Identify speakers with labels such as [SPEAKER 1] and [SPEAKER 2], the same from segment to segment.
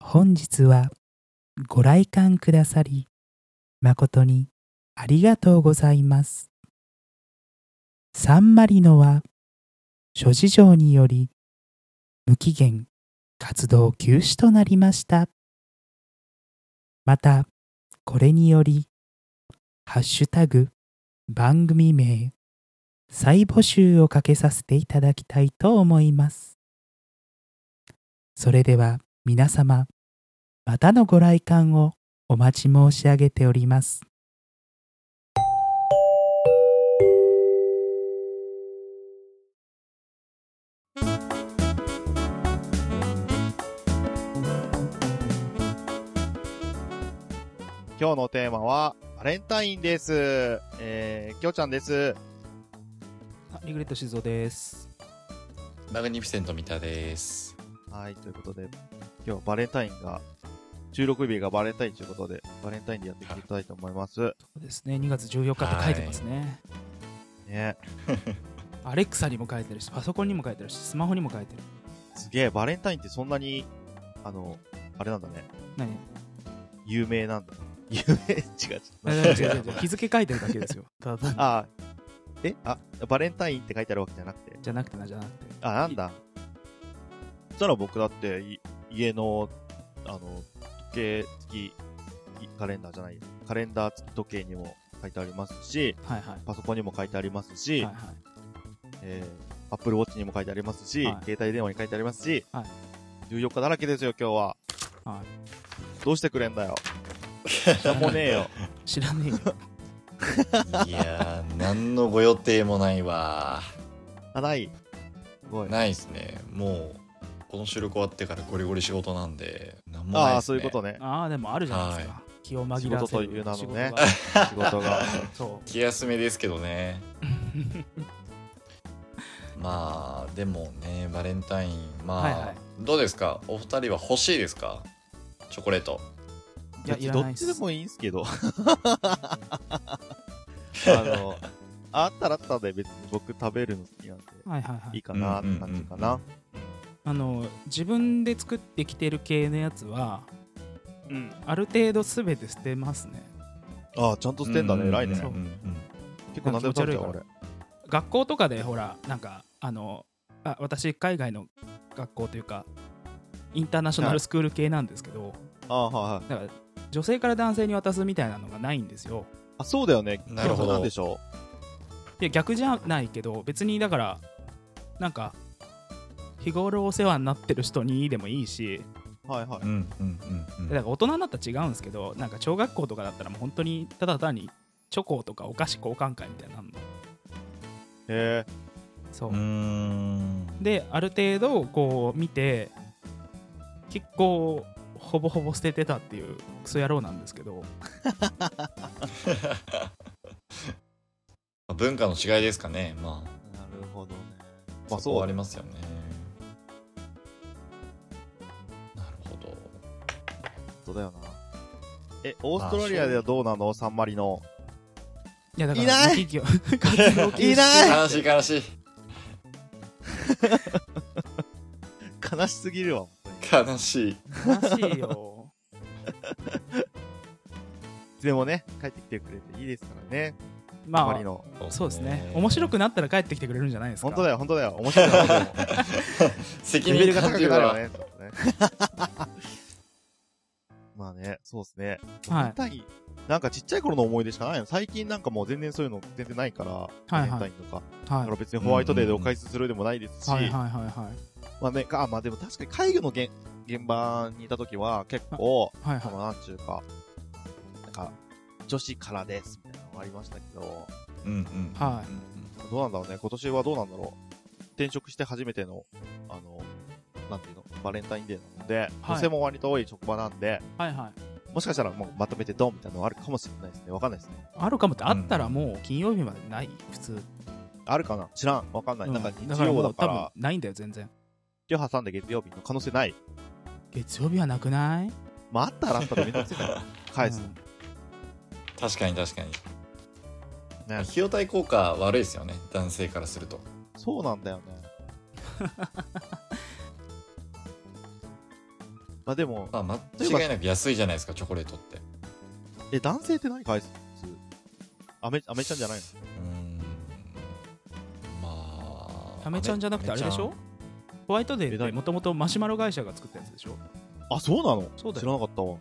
[SPEAKER 1] 本日はご来館くださり誠にありがとうございます。サンマリノは諸事情により無期限活動休止となりました。またこれによりハッシュタグ番組名再募集をかけさせていただきたいと思います。それでは皆様またのご来館をお待ち申し上げております。
[SPEAKER 2] 今日のテーマは、バレンタインです。えー、きょうちゃんです。
[SPEAKER 1] リグレット静雄です。
[SPEAKER 3] マグニフィセント三 田です。
[SPEAKER 2] はい、ということで、今日バレンタインが、収録日がバレンタインということで、バレンタインでやっていきたいと思います。
[SPEAKER 1] そうですね。2月14日って書いてますね。
[SPEAKER 2] ね
[SPEAKER 1] アレクサにも書いてるし、パソコンにも書いてるし、スマホにも書いてる。
[SPEAKER 2] すげえ、バレンタインってそんなに、あの、あれなんだね。
[SPEAKER 1] 何
[SPEAKER 2] 有名なんだ。有名 違う違う。
[SPEAKER 1] あ違う違う違 う日付書いてるだけですよ。ただ
[SPEAKER 2] あー、えあ、バレンタインって書いてあるわけじゃなくて。
[SPEAKER 1] じゃなくてな、じゃなくて。
[SPEAKER 2] あ、なんだ。そしたら僕だって、い家の、あの、時計付き、いカレンダーじゃない、カレンダー付き時計にも書いてありますし、
[SPEAKER 1] はいはい。
[SPEAKER 2] パソコンにも書いてありますし、
[SPEAKER 1] はい
[SPEAKER 2] えー、Apple Watch にも書いてありますし、
[SPEAKER 1] はい
[SPEAKER 2] 携帯電話に書いてありますし、
[SPEAKER 1] はい
[SPEAKER 2] 14日だらけですよ、今日は。
[SPEAKER 1] はい
[SPEAKER 2] どうしてくれ んだよ。
[SPEAKER 1] はい。
[SPEAKER 2] もうねえよ。
[SPEAKER 1] 知らねえよ。
[SPEAKER 3] いやー、何のご予定もないわ
[SPEAKER 2] あ、ない。すごい
[SPEAKER 3] ー。。ないですね。もう、この収録終わってからゴリゴリ仕事なんで、何もない
[SPEAKER 2] あ
[SPEAKER 3] で
[SPEAKER 2] あ、
[SPEAKER 3] す、
[SPEAKER 2] そう
[SPEAKER 3] ね。
[SPEAKER 2] いうこと ね。
[SPEAKER 1] ああ、でもあるじゃないですか。気を紛らわせる
[SPEAKER 2] 仕事という名のね
[SPEAKER 1] 仕事が
[SPEAKER 2] 仕事が。
[SPEAKER 1] そ
[SPEAKER 3] 気休めですけ どね。
[SPEAKER 1] う。
[SPEAKER 3] まあ、でもね、バレンタイン、まあ、
[SPEAKER 1] はいはい
[SPEAKER 3] どうですかお二人は欲しいですかチョコレート。
[SPEAKER 1] いや、い
[SPEAKER 2] 別に
[SPEAKER 1] ら
[SPEAKER 2] ど
[SPEAKER 1] な
[SPEAKER 2] っ
[SPEAKER 1] い。
[SPEAKER 2] ちですもいいんすけど。あの、あったらあったで別に僕食べるの好きなんで、
[SPEAKER 1] はいはいはい
[SPEAKER 2] い。かなって感じかな。
[SPEAKER 1] あの自分で作ってきてる系のやつは
[SPEAKER 2] うん。
[SPEAKER 1] ある程度すべて捨てますね
[SPEAKER 2] ああ、ちゃんと捨てんだね、偉いね
[SPEAKER 3] う。んうん
[SPEAKER 2] 結構何でも食べちゃう、俺。
[SPEAKER 1] 学校とかでほらなんかあのあ私海外の学校というかインターナショナルスクール系なんですけど、
[SPEAKER 2] ああ、はいはい。
[SPEAKER 1] だから女性から男性に渡すみたいなのがないんですよ
[SPEAKER 2] あ、そうだよね。
[SPEAKER 3] なるほど
[SPEAKER 2] そうなんでしょ
[SPEAKER 1] いや逆じゃないけど別にだからなんか日頃お世話になってる人にでもいいし
[SPEAKER 2] う。はいはい。
[SPEAKER 3] うんうんうんう
[SPEAKER 1] だ
[SPEAKER 3] ん
[SPEAKER 1] から大人になったら違うんですけどなんか小学校とかだったらもう本当にただ単にチョコとかお菓子交換会みたいなの
[SPEAKER 2] へえ。
[SPEAKER 1] そう、
[SPEAKER 3] うーん。
[SPEAKER 1] である程度こう見て結構ほぼほぼ捨ててたっていうクソ野郎なんですけど
[SPEAKER 3] まあ文化の違いですかね。まあ、
[SPEAKER 2] なるほどね。ま
[SPEAKER 3] ま
[SPEAKER 2] あ
[SPEAKER 3] あ
[SPEAKER 2] そ
[SPEAKER 3] そうう
[SPEAKER 2] あ
[SPEAKER 3] あ
[SPEAKER 2] り
[SPEAKER 3] り
[SPEAKER 2] ま
[SPEAKER 3] ますよね。なるほど。
[SPEAKER 2] す。だよな。え、オーストラリアではどうなのサンマリの。
[SPEAKER 1] いやだから
[SPEAKER 2] いな
[SPEAKER 1] 企
[SPEAKER 2] い
[SPEAKER 1] 業活動休止
[SPEAKER 2] いない
[SPEAKER 3] 悲しい悲しい
[SPEAKER 2] 悲しすぎるわ。
[SPEAKER 3] 悲しい。
[SPEAKER 1] 悲しいよ
[SPEAKER 2] いつでもね、帰ってきてくれていいですからね。サンマ
[SPEAKER 1] ま
[SPEAKER 2] リ
[SPEAKER 1] あ
[SPEAKER 2] の。
[SPEAKER 1] そうですね面白くなったら帰ってきてくれるんじゃないですか
[SPEAKER 2] 本当だよ、本当だよ。面白いな、本当に
[SPEAKER 3] 責
[SPEAKER 2] レベルが
[SPEAKER 3] 任感
[SPEAKER 2] 高
[SPEAKER 3] じ
[SPEAKER 2] く
[SPEAKER 3] る
[SPEAKER 2] なるよね。
[SPEAKER 3] わ。
[SPEAKER 2] まあね、そうですね。
[SPEAKER 1] はい
[SPEAKER 2] バレンタイン、なんかちっちゃい頃の思い出しかないの。最近なんかもう全然そういうの全然ないから、
[SPEAKER 1] いはい
[SPEAKER 2] バレンタインとか。だ
[SPEAKER 1] は
[SPEAKER 2] か
[SPEAKER 1] い
[SPEAKER 2] ら別にホワイトデーでお返しするでもないですし、
[SPEAKER 1] はいはいはいはい
[SPEAKER 2] まあね、あ、まあでも確かに介護の現現場にいた時は結構、
[SPEAKER 1] はい
[SPEAKER 2] そ
[SPEAKER 1] は
[SPEAKER 2] のなんちゅうか、なんか、女子からですみたいなのがありましたけど、
[SPEAKER 3] うんうん。
[SPEAKER 1] は
[SPEAKER 2] どうなんだろうね、今年はどうなんだろう。転職して初めての、あの、なんていうの、バレンタインデーなので、
[SPEAKER 1] はい
[SPEAKER 2] 女性も割と多い職場なんで、
[SPEAKER 1] いはいはい
[SPEAKER 2] もしかしたらもうまとめてドンみたいなのあるかもしれないですね。わかんないですね。
[SPEAKER 1] あるかもってあったらもう金曜日までない普通
[SPEAKER 2] あるかな知らん。わかんない。
[SPEAKER 1] う
[SPEAKER 2] なんか
[SPEAKER 1] だ
[SPEAKER 2] 日
[SPEAKER 1] からも
[SPEAKER 2] 曜
[SPEAKER 1] う
[SPEAKER 2] だか
[SPEAKER 1] 多分
[SPEAKER 2] ら、
[SPEAKER 1] ないんだよ全然
[SPEAKER 2] 日曜挟んで月曜日の可能性ない。
[SPEAKER 1] 月曜日はなくない
[SPEAKER 2] まあ、あったらあったらめんどくせえから、返す
[SPEAKER 1] う。ん
[SPEAKER 3] 確かに確かに。
[SPEAKER 2] ね
[SPEAKER 3] 費用対効果悪いですよね。男性からすると。
[SPEAKER 2] そうなんだよね。まあでも、
[SPEAKER 3] まあ、間違いなく安いじゃないですか、チョコレートって。
[SPEAKER 2] え、男性って何返すアメ、アメちゃんじゃないの
[SPEAKER 3] うーん。まあ。
[SPEAKER 1] アメちゃんじゃなくてあれでしょホワイトデ
[SPEAKER 2] え
[SPEAKER 1] ーっ
[SPEAKER 2] 何
[SPEAKER 1] てもともとマシュマロ会社が作ったやつでしょ
[SPEAKER 2] あ、そうなの
[SPEAKER 1] そうだよ
[SPEAKER 2] 知らなかったわ。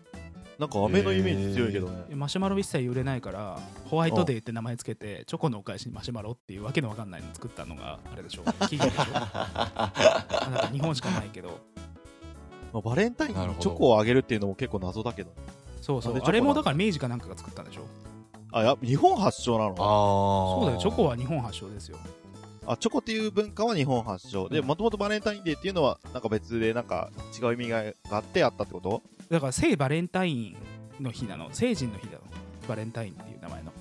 [SPEAKER 2] なんかアメのイメージ強いけどね。
[SPEAKER 1] マシュマロ一切売れないからホワイトデーって名前つけてチョコのお返しにマシュマロっていうわけのわかんないの作ったのがあれで しょ企業でしょあなんか日本しかないけど
[SPEAKER 2] まあバレンタイン
[SPEAKER 3] なる
[SPEAKER 2] に
[SPEAKER 3] ほど
[SPEAKER 2] チョコをあげるっていうのも結構謎だけど。
[SPEAKER 1] そうそ
[SPEAKER 2] なんで
[SPEAKER 1] う
[SPEAKER 2] チョコなの
[SPEAKER 1] あれもだから明治かなんかが作ったんでしょ
[SPEAKER 2] あ、や、日本発祥な
[SPEAKER 3] ああ
[SPEAKER 2] の。
[SPEAKER 1] そうだよチョコ
[SPEAKER 3] は。
[SPEAKER 1] は日本発祥ですよ
[SPEAKER 2] あ、チョコっていう文化は日本発祥。で、
[SPEAKER 1] うん
[SPEAKER 2] もともとバレンタインデーっていうのは、なんか別で、なんか違う意味があってあったってこと
[SPEAKER 1] だから聖バレンタインの日なの聖人の日なのバレンタインっていう名前の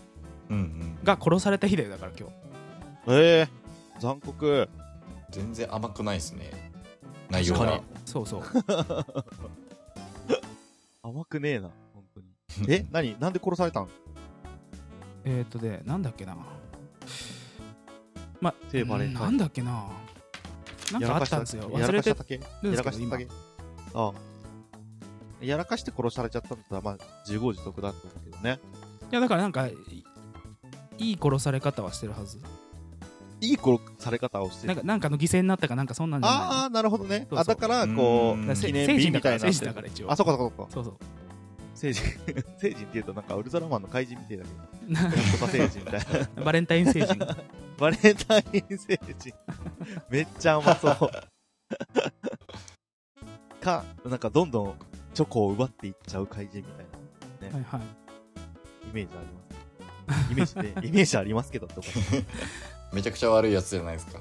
[SPEAKER 3] うんうん。
[SPEAKER 1] が殺された日だよだから今日
[SPEAKER 2] ええ残酷。
[SPEAKER 3] 全然甘くないですね。内容が。
[SPEAKER 1] そうそう
[SPEAKER 2] 甘くねえな、本 当に。え、何なんで殺されたの
[SPEAKER 1] えーっとでなんだっけなま
[SPEAKER 2] 聖バレンタイン
[SPEAKER 1] うんなんだっけななんかあったんですよ忘
[SPEAKER 2] やら
[SPEAKER 1] れ
[SPEAKER 2] かしてただけ
[SPEAKER 1] るんで
[SPEAKER 2] やら
[SPEAKER 1] すけど
[SPEAKER 2] かしただけああやらかして殺されちゃったんだったらまあ自業自得だと思うけどね
[SPEAKER 1] いやだからなんかいいい殺され方はしてるはず
[SPEAKER 2] いい殺され方をして
[SPEAKER 1] なん
[SPEAKER 2] る
[SPEAKER 1] かなんかの犠牲になったかなんかそんなんじゃない
[SPEAKER 2] ああなるほどね
[SPEAKER 1] そうそう
[SPEAKER 2] あだからこ
[SPEAKER 3] う
[SPEAKER 1] だ
[SPEAKER 2] う
[SPEAKER 3] ーん
[SPEAKER 1] からせ
[SPEAKER 2] 記念
[SPEAKER 1] 聖
[SPEAKER 2] 日
[SPEAKER 1] 人だか
[SPEAKER 2] みた
[SPEAKER 1] ら
[SPEAKER 2] いな
[SPEAKER 1] 聖人だから一応
[SPEAKER 2] あそうかそうかそうか
[SPEAKER 1] そうそう
[SPEAKER 2] 聖人 聖人っていうとなんかウルトラマンの怪人みたいだけ どなんとか聖人みたいな
[SPEAKER 1] バレンタイン聖人
[SPEAKER 2] バレンタイン聖人 めっちゃ甘そうかなんかどんどんチョコを奪っていっちゃう怪人みたいな
[SPEAKER 1] はいはい
[SPEAKER 2] イメージありますイメー ジでイメージありますけどってこと
[SPEAKER 3] めちゃくちゃ悪いやつじゃないですか。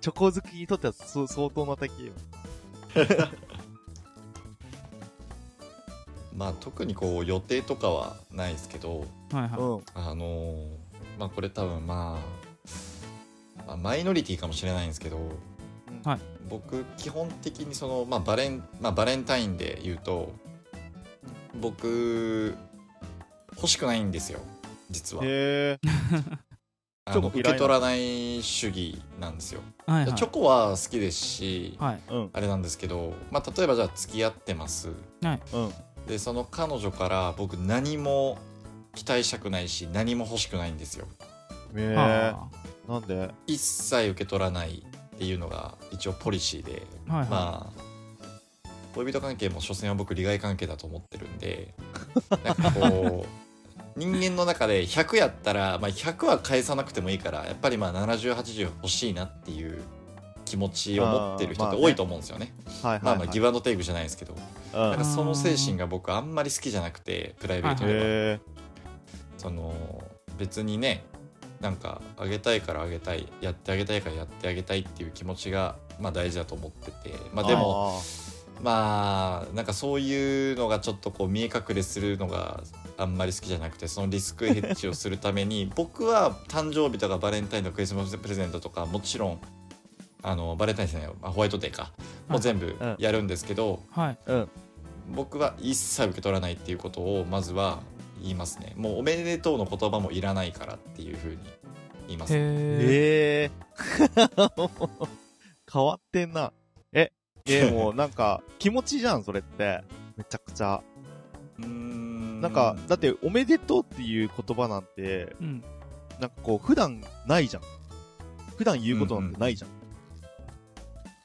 [SPEAKER 2] チョコ好きにとってはそう相当な敵よ。
[SPEAKER 3] まあ特にこう予定とかはないですけど、
[SPEAKER 1] はいは
[SPEAKER 2] うん。
[SPEAKER 3] あのーまあこれ多分まあ、まあマイノリティかもしれないんですけど、
[SPEAKER 1] はい
[SPEAKER 3] 僕基本的にその、まあ、バレンまあバレンタインで言うと僕欲しくないんですよ実は
[SPEAKER 2] へえ。
[SPEAKER 3] あの
[SPEAKER 2] チョコ嫌
[SPEAKER 3] 受
[SPEAKER 2] いなの
[SPEAKER 3] け取らない主義なんですよ、
[SPEAKER 1] いはいはい
[SPEAKER 3] チョコは好きですし、
[SPEAKER 1] はい
[SPEAKER 2] うん。
[SPEAKER 3] あれなんですけど、まあ、例えばじゃあ付き合ってます
[SPEAKER 2] うん。
[SPEAKER 3] でその彼女から僕何も期待したくないし何も欲しくないんですよ
[SPEAKER 2] へえ。
[SPEAKER 1] は
[SPEAKER 2] なんで
[SPEAKER 3] 一切受け取らないっていうのが一応ポリシーで、
[SPEAKER 1] あはいは
[SPEAKER 3] まあ恋人関係も所詮は僕利害関係だと思ってる んでなんかこう人間の中で100やったら、まあ、100は返さなくてもいいからやっぱりまあ7080欲しいなっていう気持ちを持ってる人って多いと思うんですよね。
[SPEAKER 2] はいはい、はい。
[SPEAKER 3] まあまあギブアンドテイクじゃないですけど、
[SPEAKER 2] うん
[SPEAKER 3] なんかその精神が僕あんまり好きじゃなくてプライベートでは。
[SPEAKER 2] へえ。
[SPEAKER 3] その別にねなんかあげたいからあげたいやってあげたいからやってあげたいっていう気持ちが、まあ、大事だと思ってて、まあ、でもまあなんかそういうのがちょっとこう見え隠れするのがあんまり好きじゃなくてそのリスクヘッジをするた めに僕は誕生日とかバレンタインのクリスマスプレゼントとかもちろんあのバレンタインじゃないよ、まあ、ホワイトデーかもう全部
[SPEAKER 2] うん
[SPEAKER 3] やるんですけど、
[SPEAKER 1] いはい
[SPEAKER 3] 僕は一切受け取らないっていうことをまずは言いますねもうおめでとうの言葉もいらないからっていうふうに言います、
[SPEAKER 2] あー
[SPEAKER 1] へえ
[SPEAKER 2] へえ。 変わってんな。え、でもなん か気持ちじゃん、それって。めちゃくちゃ。
[SPEAKER 3] うーん
[SPEAKER 2] なんか、だって、おめでとうっていう言葉なんて、
[SPEAKER 1] うん
[SPEAKER 2] なんかこう、普段ないじゃん。普段言うことなんてないじゃん。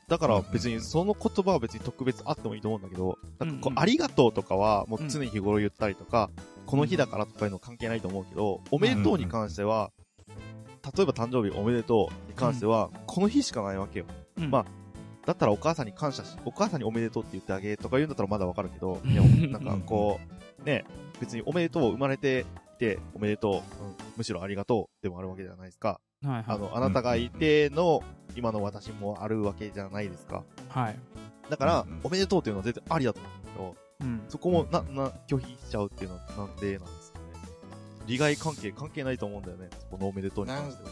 [SPEAKER 2] だから別
[SPEAKER 3] うん
[SPEAKER 2] に、
[SPEAKER 3] うん
[SPEAKER 2] その言葉は別に特別あってもいいと思うんだけど、なんかこ
[SPEAKER 1] うんうん
[SPEAKER 2] う、ありがとうとかは、もう常に日頃言ったりとか、この日だからとかいうの関係ないと思うけど、おめでとうに関しては、例えば誕生日おめでとうに関しては、この日しかないわけよ。
[SPEAKER 1] うん
[SPEAKER 2] まあだったらお母さんに感謝し、お母さんにおめでとうって言ってあげとか言うんだったらまだわかるけど、いやなんかこう、ね、別におめでとう、生まれていておめでとう、うんむしろありがとうでもあるわけじゃないですか。
[SPEAKER 1] はいは
[SPEAKER 2] あ
[SPEAKER 1] い
[SPEAKER 2] の、あなたがいての、今の私もあるわけじゃないですか。
[SPEAKER 1] はい
[SPEAKER 2] だから
[SPEAKER 3] うんうん、
[SPEAKER 2] おめでとうっていうのは全然ありだと思うんですけど、
[SPEAKER 1] うん
[SPEAKER 2] そこもな、な、拒否しちゃうっていうのはなんでなんですかね。利害関係関係ないと思うんだよね、そこのおめでとうに関しては。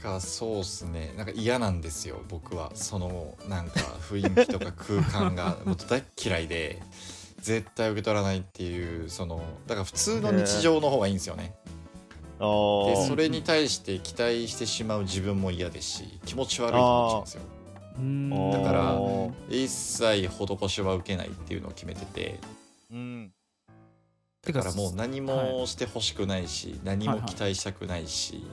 [SPEAKER 3] なんかそうっすねなんか嫌なんですよ僕はそのなんか雰囲気とか空 間がもう大っ嫌いで絶対受け取らないっていうそのだから普通の日常の方がいいんですよね、
[SPEAKER 2] あ
[SPEAKER 3] で
[SPEAKER 2] ー
[SPEAKER 3] それに対して期待してしまう自分も嫌ですし気持ち悪いと思っちゃうんですよ
[SPEAKER 1] うん
[SPEAKER 3] だから
[SPEAKER 2] あー
[SPEAKER 3] 一切施しは受けないっていうのを決めてて
[SPEAKER 2] うん。
[SPEAKER 1] て
[SPEAKER 3] だからもう何もしてほしくないし、何も期待したくないし、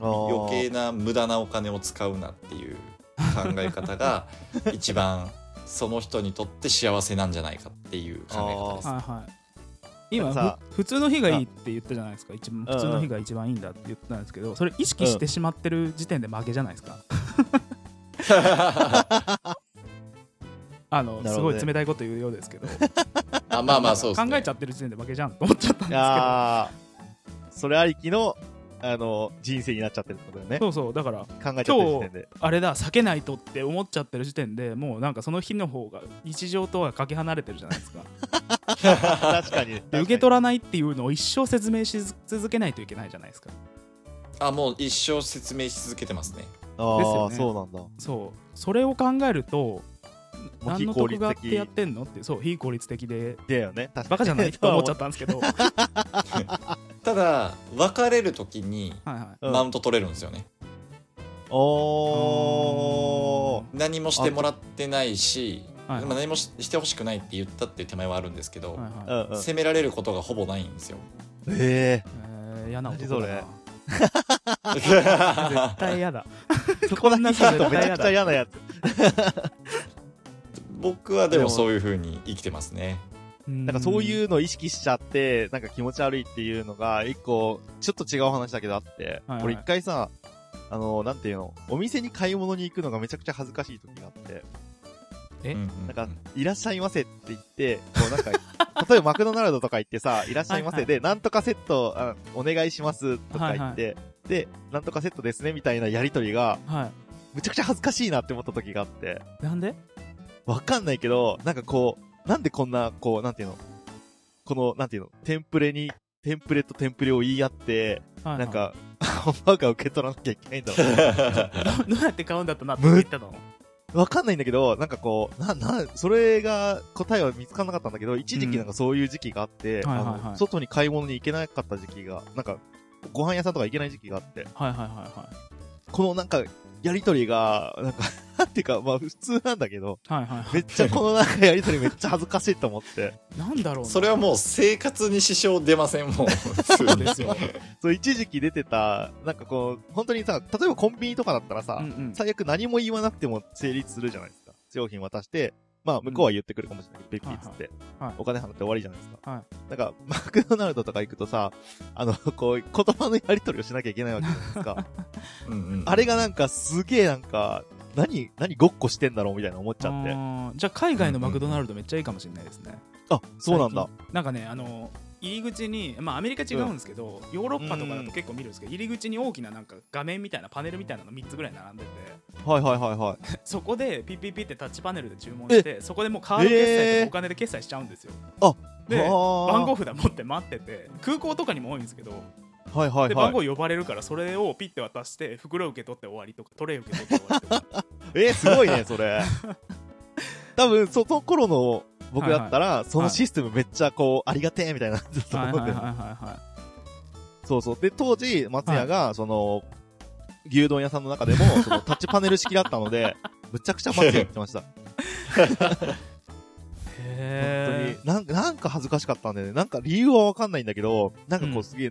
[SPEAKER 2] あー
[SPEAKER 3] 余計な無駄なお金を使うなっていう考え方 が一番その人にとって幸せなんじゃないかっていう考え方です。
[SPEAKER 1] はいはい、今
[SPEAKER 2] さ
[SPEAKER 1] ふ普通の日がいいって言ったじゃないですか一番普通の日が一番いいんだって言ったんですけどそれ意識してしまってる時点で負けじゃないですか、あの、
[SPEAKER 2] なる
[SPEAKER 1] す
[SPEAKER 2] ほど
[SPEAKER 1] ご
[SPEAKER 2] ね
[SPEAKER 1] い冷たいこと言うようですけど
[SPEAKER 3] あまあまあそうです、ね。
[SPEAKER 1] 考えちゃってる時点で負けじゃんと思っちゃったんです
[SPEAKER 2] あーそれありきの、あの、人生になっちゃってるってことだ
[SPEAKER 1] け
[SPEAKER 2] よね。
[SPEAKER 1] どそうそうだから
[SPEAKER 2] 考えちゃってる時点で。
[SPEAKER 1] あれだ避けないとって思っちゃってる時点でもうなんかその日の方が日常とはかけ離れてるじゃないですか
[SPEAKER 2] 確かに。
[SPEAKER 1] で受け取らないっていうのを一生説明し続けないといけないじゃないですか
[SPEAKER 3] あもう一生説明し続けてます
[SPEAKER 2] あ
[SPEAKER 3] ね。
[SPEAKER 1] ですよ
[SPEAKER 2] あ、
[SPEAKER 1] ね
[SPEAKER 2] そうなんだ。
[SPEAKER 1] そうそれを考えると
[SPEAKER 2] う
[SPEAKER 1] 何の
[SPEAKER 2] 非効
[SPEAKER 1] 得が
[SPEAKER 2] 率的
[SPEAKER 1] あってやってんのってそう非効率的で
[SPEAKER 2] だよね。確か
[SPEAKER 1] バカ
[SPEAKER 2] に。
[SPEAKER 1] じゃ ないって思っちゃったんですけどはい
[SPEAKER 3] ただ別れる時に
[SPEAKER 1] は
[SPEAKER 2] うん
[SPEAKER 3] マウント取れるんですよね。
[SPEAKER 1] い
[SPEAKER 2] おー。
[SPEAKER 3] 何もしてもらってないし、
[SPEAKER 1] あはい
[SPEAKER 3] まあ何もししてほしくないって言ったっていう手前はあるんですけど、
[SPEAKER 1] はいはい
[SPEAKER 2] うんうん。
[SPEAKER 3] 責められることがほぼないん ですよ。
[SPEAKER 2] え
[SPEAKER 1] えー嫌な男だな
[SPEAKER 2] 何
[SPEAKER 1] 絶対嫌 だ
[SPEAKER 2] え。こんな
[SPEAKER 1] 人
[SPEAKER 2] さとめちゃくちゃ嫌なやつ。
[SPEAKER 3] 僕はでもそういう風に生きてますね。
[SPEAKER 2] なんかそう
[SPEAKER 1] う
[SPEAKER 2] いうのを意識しちゃって、なんか気持ち悪いっていうのが、一個、ちょっと違う話だけどあって、
[SPEAKER 1] はいはい
[SPEAKER 2] 俺一回さ、あの、なんていうの、お店に買い物に行くのがめちゃくちゃ恥ずかしい時があって、
[SPEAKER 1] え
[SPEAKER 3] うん
[SPEAKER 2] なんか、いらっしゃいませって言って、こうなんか、 例えばマクドナルドとか行ってさ、いらっしゃいませで、なんとかセット、あお願いしますとか言って、で、なんとかセットですねみたいなやりとりが、
[SPEAKER 1] は
[SPEAKER 2] むちゃくちゃ恥ずかしいなって思った時があって、
[SPEAKER 1] いなんで
[SPEAKER 2] わかんないけど、なんかこう、なんでこんな、こう、なんていうの、この、なんていうの、テンプレに、テンプレとテンプレを言い合って、
[SPEAKER 1] はいはい
[SPEAKER 2] なんか、 ハンバーガー受け取らなきゃいけないんだろ う
[SPEAKER 1] どどうやって買うんだったなって言ったの
[SPEAKER 2] な。わかんないんだけど、なんかこう、な、な、それが答えは見つからなかったんだけど、一時期なんかそういう時期があって、
[SPEAKER 1] うんはいはいはい
[SPEAKER 2] あの外に買い物に行けなかった時期が、なんか、ご飯屋さんとか行けない時期があって、
[SPEAKER 1] はいはいはいは
[SPEAKER 2] このなんか、やりとりが、なんか、 なんていうか、まあ普通なんだけど、
[SPEAKER 1] いはいは
[SPEAKER 2] めっちゃこのなんかやりとりめっちゃ恥ずかしいと思って。
[SPEAKER 1] いなんだろうな
[SPEAKER 3] それはもう生活に支障出ませんもう普
[SPEAKER 1] そ
[SPEAKER 3] 通
[SPEAKER 1] う
[SPEAKER 3] に
[SPEAKER 1] ですよ
[SPEAKER 2] そう、一時期出てた、なんかこう、本当にさ、例えばコンビニとかだったらさ、
[SPEAKER 1] うんうん
[SPEAKER 2] 最悪何も言わなくても成立するじゃないですか。商品渡して、まあ、向こうは言ってくるかもしれないけど、
[SPEAKER 1] うん
[SPEAKER 2] ペッピーっつって、
[SPEAKER 1] はいはい
[SPEAKER 2] お金払って終わりじゃないですか。
[SPEAKER 1] は
[SPEAKER 2] なんか、マクドナルドとか行くとさ、あの、こう、言葉のやり取りをしなきゃいけないわけじゃないで すか。
[SPEAKER 3] うんうん
[SPEAKER 2] あれがなんか、すげえなんか、何、何ごっこしてんだろうみたいな思っちゃって。
[SPEAKER 1] あーじゃあ海外のマクドナルドめっちゃいいかもしれないですね
[SPEAKER 2] あ、そうなんだ
[SPEAKER 1] 最。近なんかねあの入り口にまあアメリカ違うんですけど、ヨーロッパとかだと結構見るんですけど入り口に大きななんか画面みたいなパネルみたいなの3つぐらい 並んでて
[SPEAKER 2] はいはいはいはい。
[SPEAKER 1] そこでピッピッピッってタッチパネルで注文してそこでもうカード決済と
[SPEAKER 2] えー
[SPEAKER 1] かお金で決済しちゃうんですよ、
[SPEAKER 2] あ
[SPEAKER 1] で
[SPEAKER 2] あー
[SPEAKER 1] 番号札持って待ってて空港とかにも多いんですけど
[SPEAKER 2] はいはい
[SPEAKER 1] で
[SPEAKER 2] は
[SPEAKER 1] 番
[SPEAKER 2] い。
[SPEAKER 1] 号呼ばれるからそれをピッて渡して袋受け取って終わりとかトレイ受け取って終わりと か
[SPEAKER 2] えー、すごいね、そ れ。多分、その頃の僕だったら、そのシステムめっちゃこう、ありがてえみたいな、ずっと思って、
[SPEAKER 1] はい
[SPEAKER 2] そうそう。で、当時、松屋が、その、牛丼屋さんの中でも、そのタッチパネル式だったので、 むちゃくちゃ松屋行ってました。本
[SPEAKER 1] へえ
[SPEAKER 2] 当になんか。なんか恥ずかしかったんだよね。なんか理由はわかんないんだけど、なんかこ
[SPEAKER 1] う
[SPEAKER 2] うんすげえ、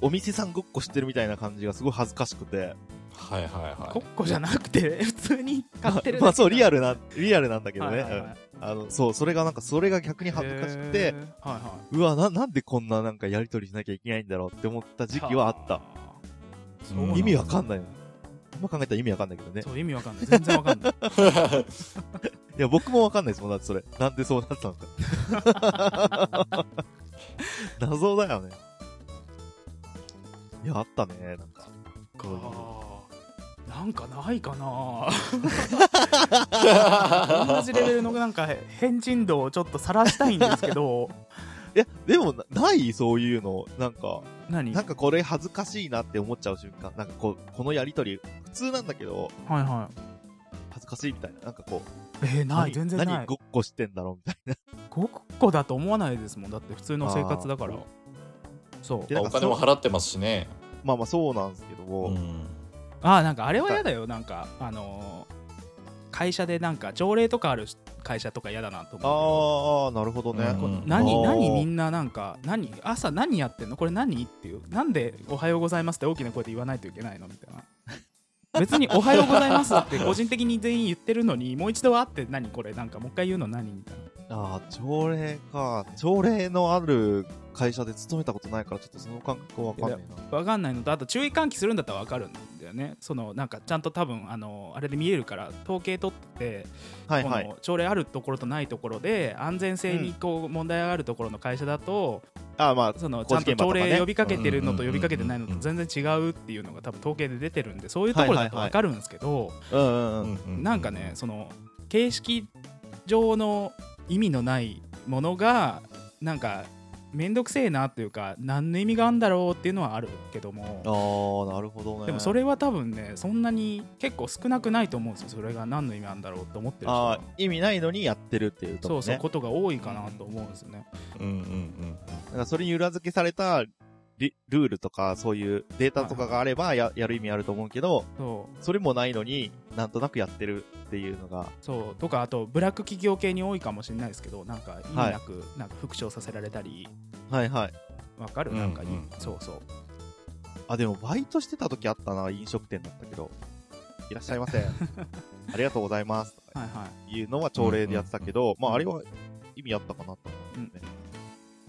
[SPEAKER 2] お店さんごっこしてるみたいな感じがすごい恥ずかしくて。
[SPEAKER 3] はいはいは
[SPEAKER 1] コッコじゃなくて普通に買ってる
[SPEAKER 2] まあそう、リア
[SPEAKER 1] ル
[SPEAKER 2] ルな、リアルなんだけどね。
[SPEAKER 1] はいはいはい
[SPEAKER 2] うんあの、そう、それがなんか、それが逆に恥ずかしくて、
[SPEAKER 1] へーはいはいう
[SPEAKER 2] わ、な、なんでこんななんかやりとりしなきゃいけないんだろうって思った時期はあった。
[SPEAKER 1] そうなんだ
[SPEAKER 2] 意味わかんないよね今考えたら意味わかんないけどね。
[SPEAKER 1] そう意味わかんない全然わかんない
[SPEAKER 3] い。
[SPEAKER 2] いや、僕もわかんないですもん、だってそれ。なんでそうなったのか。 謎だよね。いや、あったね、なんか。 こういう
[SPEAKER 1] あーなんかないか な同じレベルのなんか変人度をちょっと晒したいんですけど
[SPEAKER 2] いや、でもな、ないそういうの。なんか、
[SPEAKER 1] 何
[SPEAKER 2] なんかこれ恥ずかしいなって思っちゃう瞬間。なんかこう、このやりとり、普通なんだけど、
[SPEAKER 1] はいは
[SPEAKER 2] 恥ずかしいみたいな。なんかこう、
[SPEAKER 1] いえーない
[SPEAKER 2] 何
[SPEAKER 1] 全然な
[SPEAKER 2] 何
[SPEAKER 1] い
[SPEAKER 2] ごっこしてんだろうみたい
[SPEAKER 1] ごっこだと思わないですもんだって普通の生活だから
[SPEAKER 2] あー
[SPEAKER 1] そう
[SPEAKER 2] でなん
[SPEAKER 3] お
[SPEAKER 2] か
[SPEAKER 3] 金も払ってますしね。
[SPEAKER 2] な。まあまあそうなんですけども。
[SPEAKER 3] うん
[SPEAKER 1] ああなんかあれは嫌だよなんかあのー会社でなんか条例とかある会社とか嫌だなと思う
[SPEAKER 2] ああ、なるほどね。
[SPEAKER 3] うん
[SPEAKER 1] けどこう
[SPEAKER 2] あ
[SPEAKER 1] 何
[SPEAKER 2] ー
[SPEAKER 1] 何みんななんか何朝何やってんのこれ何っていうなんで「おはようございます」って大きな声で言わないといけないのみたいな 別に「おはようございます」って個人的に全員言ってるのにもう一度会って何これなんかもう一回言うの何みたいな
[SPEAKER 2] ああ、条例か。条例のある会社で勤めたことないから、ちょっとその感覚わかんないな。
[SPEAKER 1] 分かんないのとあと注意喚起するんだったら分かるんだよねそのなんかちゃんと多分あのあれで見えるから統計取って
[SPEAKER 2] はいは
[SPEAKER 1] こ
[SPEAKER 2] い。
[SPEAKER 1] の朝礼あるところとないところで安全性
[SPEAKER 2] うん
[SPEAKER 1] にこう問題があるところの会社だと、
[SPEAKER 2] ああ、まあ、
[SPEAKER 1] そのち
[SPEAKER 2] 工
[SPEAKER 1] ゃん
[SPEAKER 2] 事
[SPEAKER 1] と
[SPEAKER 2] 現場と
[SPEAKER 1] 朝
[SPEAKER 2] かね
[SPEAKER 1] 礼呼びかけてるのと
[SPEAKER 3] うん
[SPEAKER 1] 呼びかけてないのと全然違うっていうのが多分統計で出てるんでそういうところだと分かるんですけど、
[SPEAKER 2] うんうんうん。
[SPEAKER 1] なんかねその形式上の意味のないものがなんか面倒くせえなというか何の意味があるんだろうっていうのはあるけども。
[SPEAKER 2] ああ、なるほどね。
[SPEAKER 1] でもそれは多分ねそんなに結構少なくないと思うんですよそれが何の意味あるんだろうと思ってる人
[SPEAKER 2] ああ
[SPEAKER 1] が、
[SPEAKER 2] 意味ないのにやってるっていうとこ
[SPEAKER 1] そう
[SPEAKER 2] ね。
[SPEAKER 1] そうことが多いかなと思うんですよね。
[SPEAKER 3] うんうんうん
[SPEAKER 2] だからそれに裏付けされたリルールとか、そういうデータとかがあればややる意味あると思うけど、
[SPEAKER 1] そう
[SPEAKER 2] それもないのになんとなくやってるっていうのが、
[SPEAKER 1] そうとかあとブラック企業系に多いかもしれないですけどなんか意味なく、なんか復唱させられたり
[SPEAKER 2] はいはい。
[SPEAKER 1] わかる、
[SPEAKER 3] うん
[SPEAKER 1] なんかいい
[SPEAKER 3] うん
[SPEAKER 1] そうそう
[SPEAKER 2] あ、でもバイトしてた時あったな、飲食店だったけど、いらっしゃいま せ。ありがとうございます。とか
[SPEAKER 1] はいはい
[SPEAKER 2] いうのは朝礼でやってたけど、まあ あれは意味あったかなと思うんですね。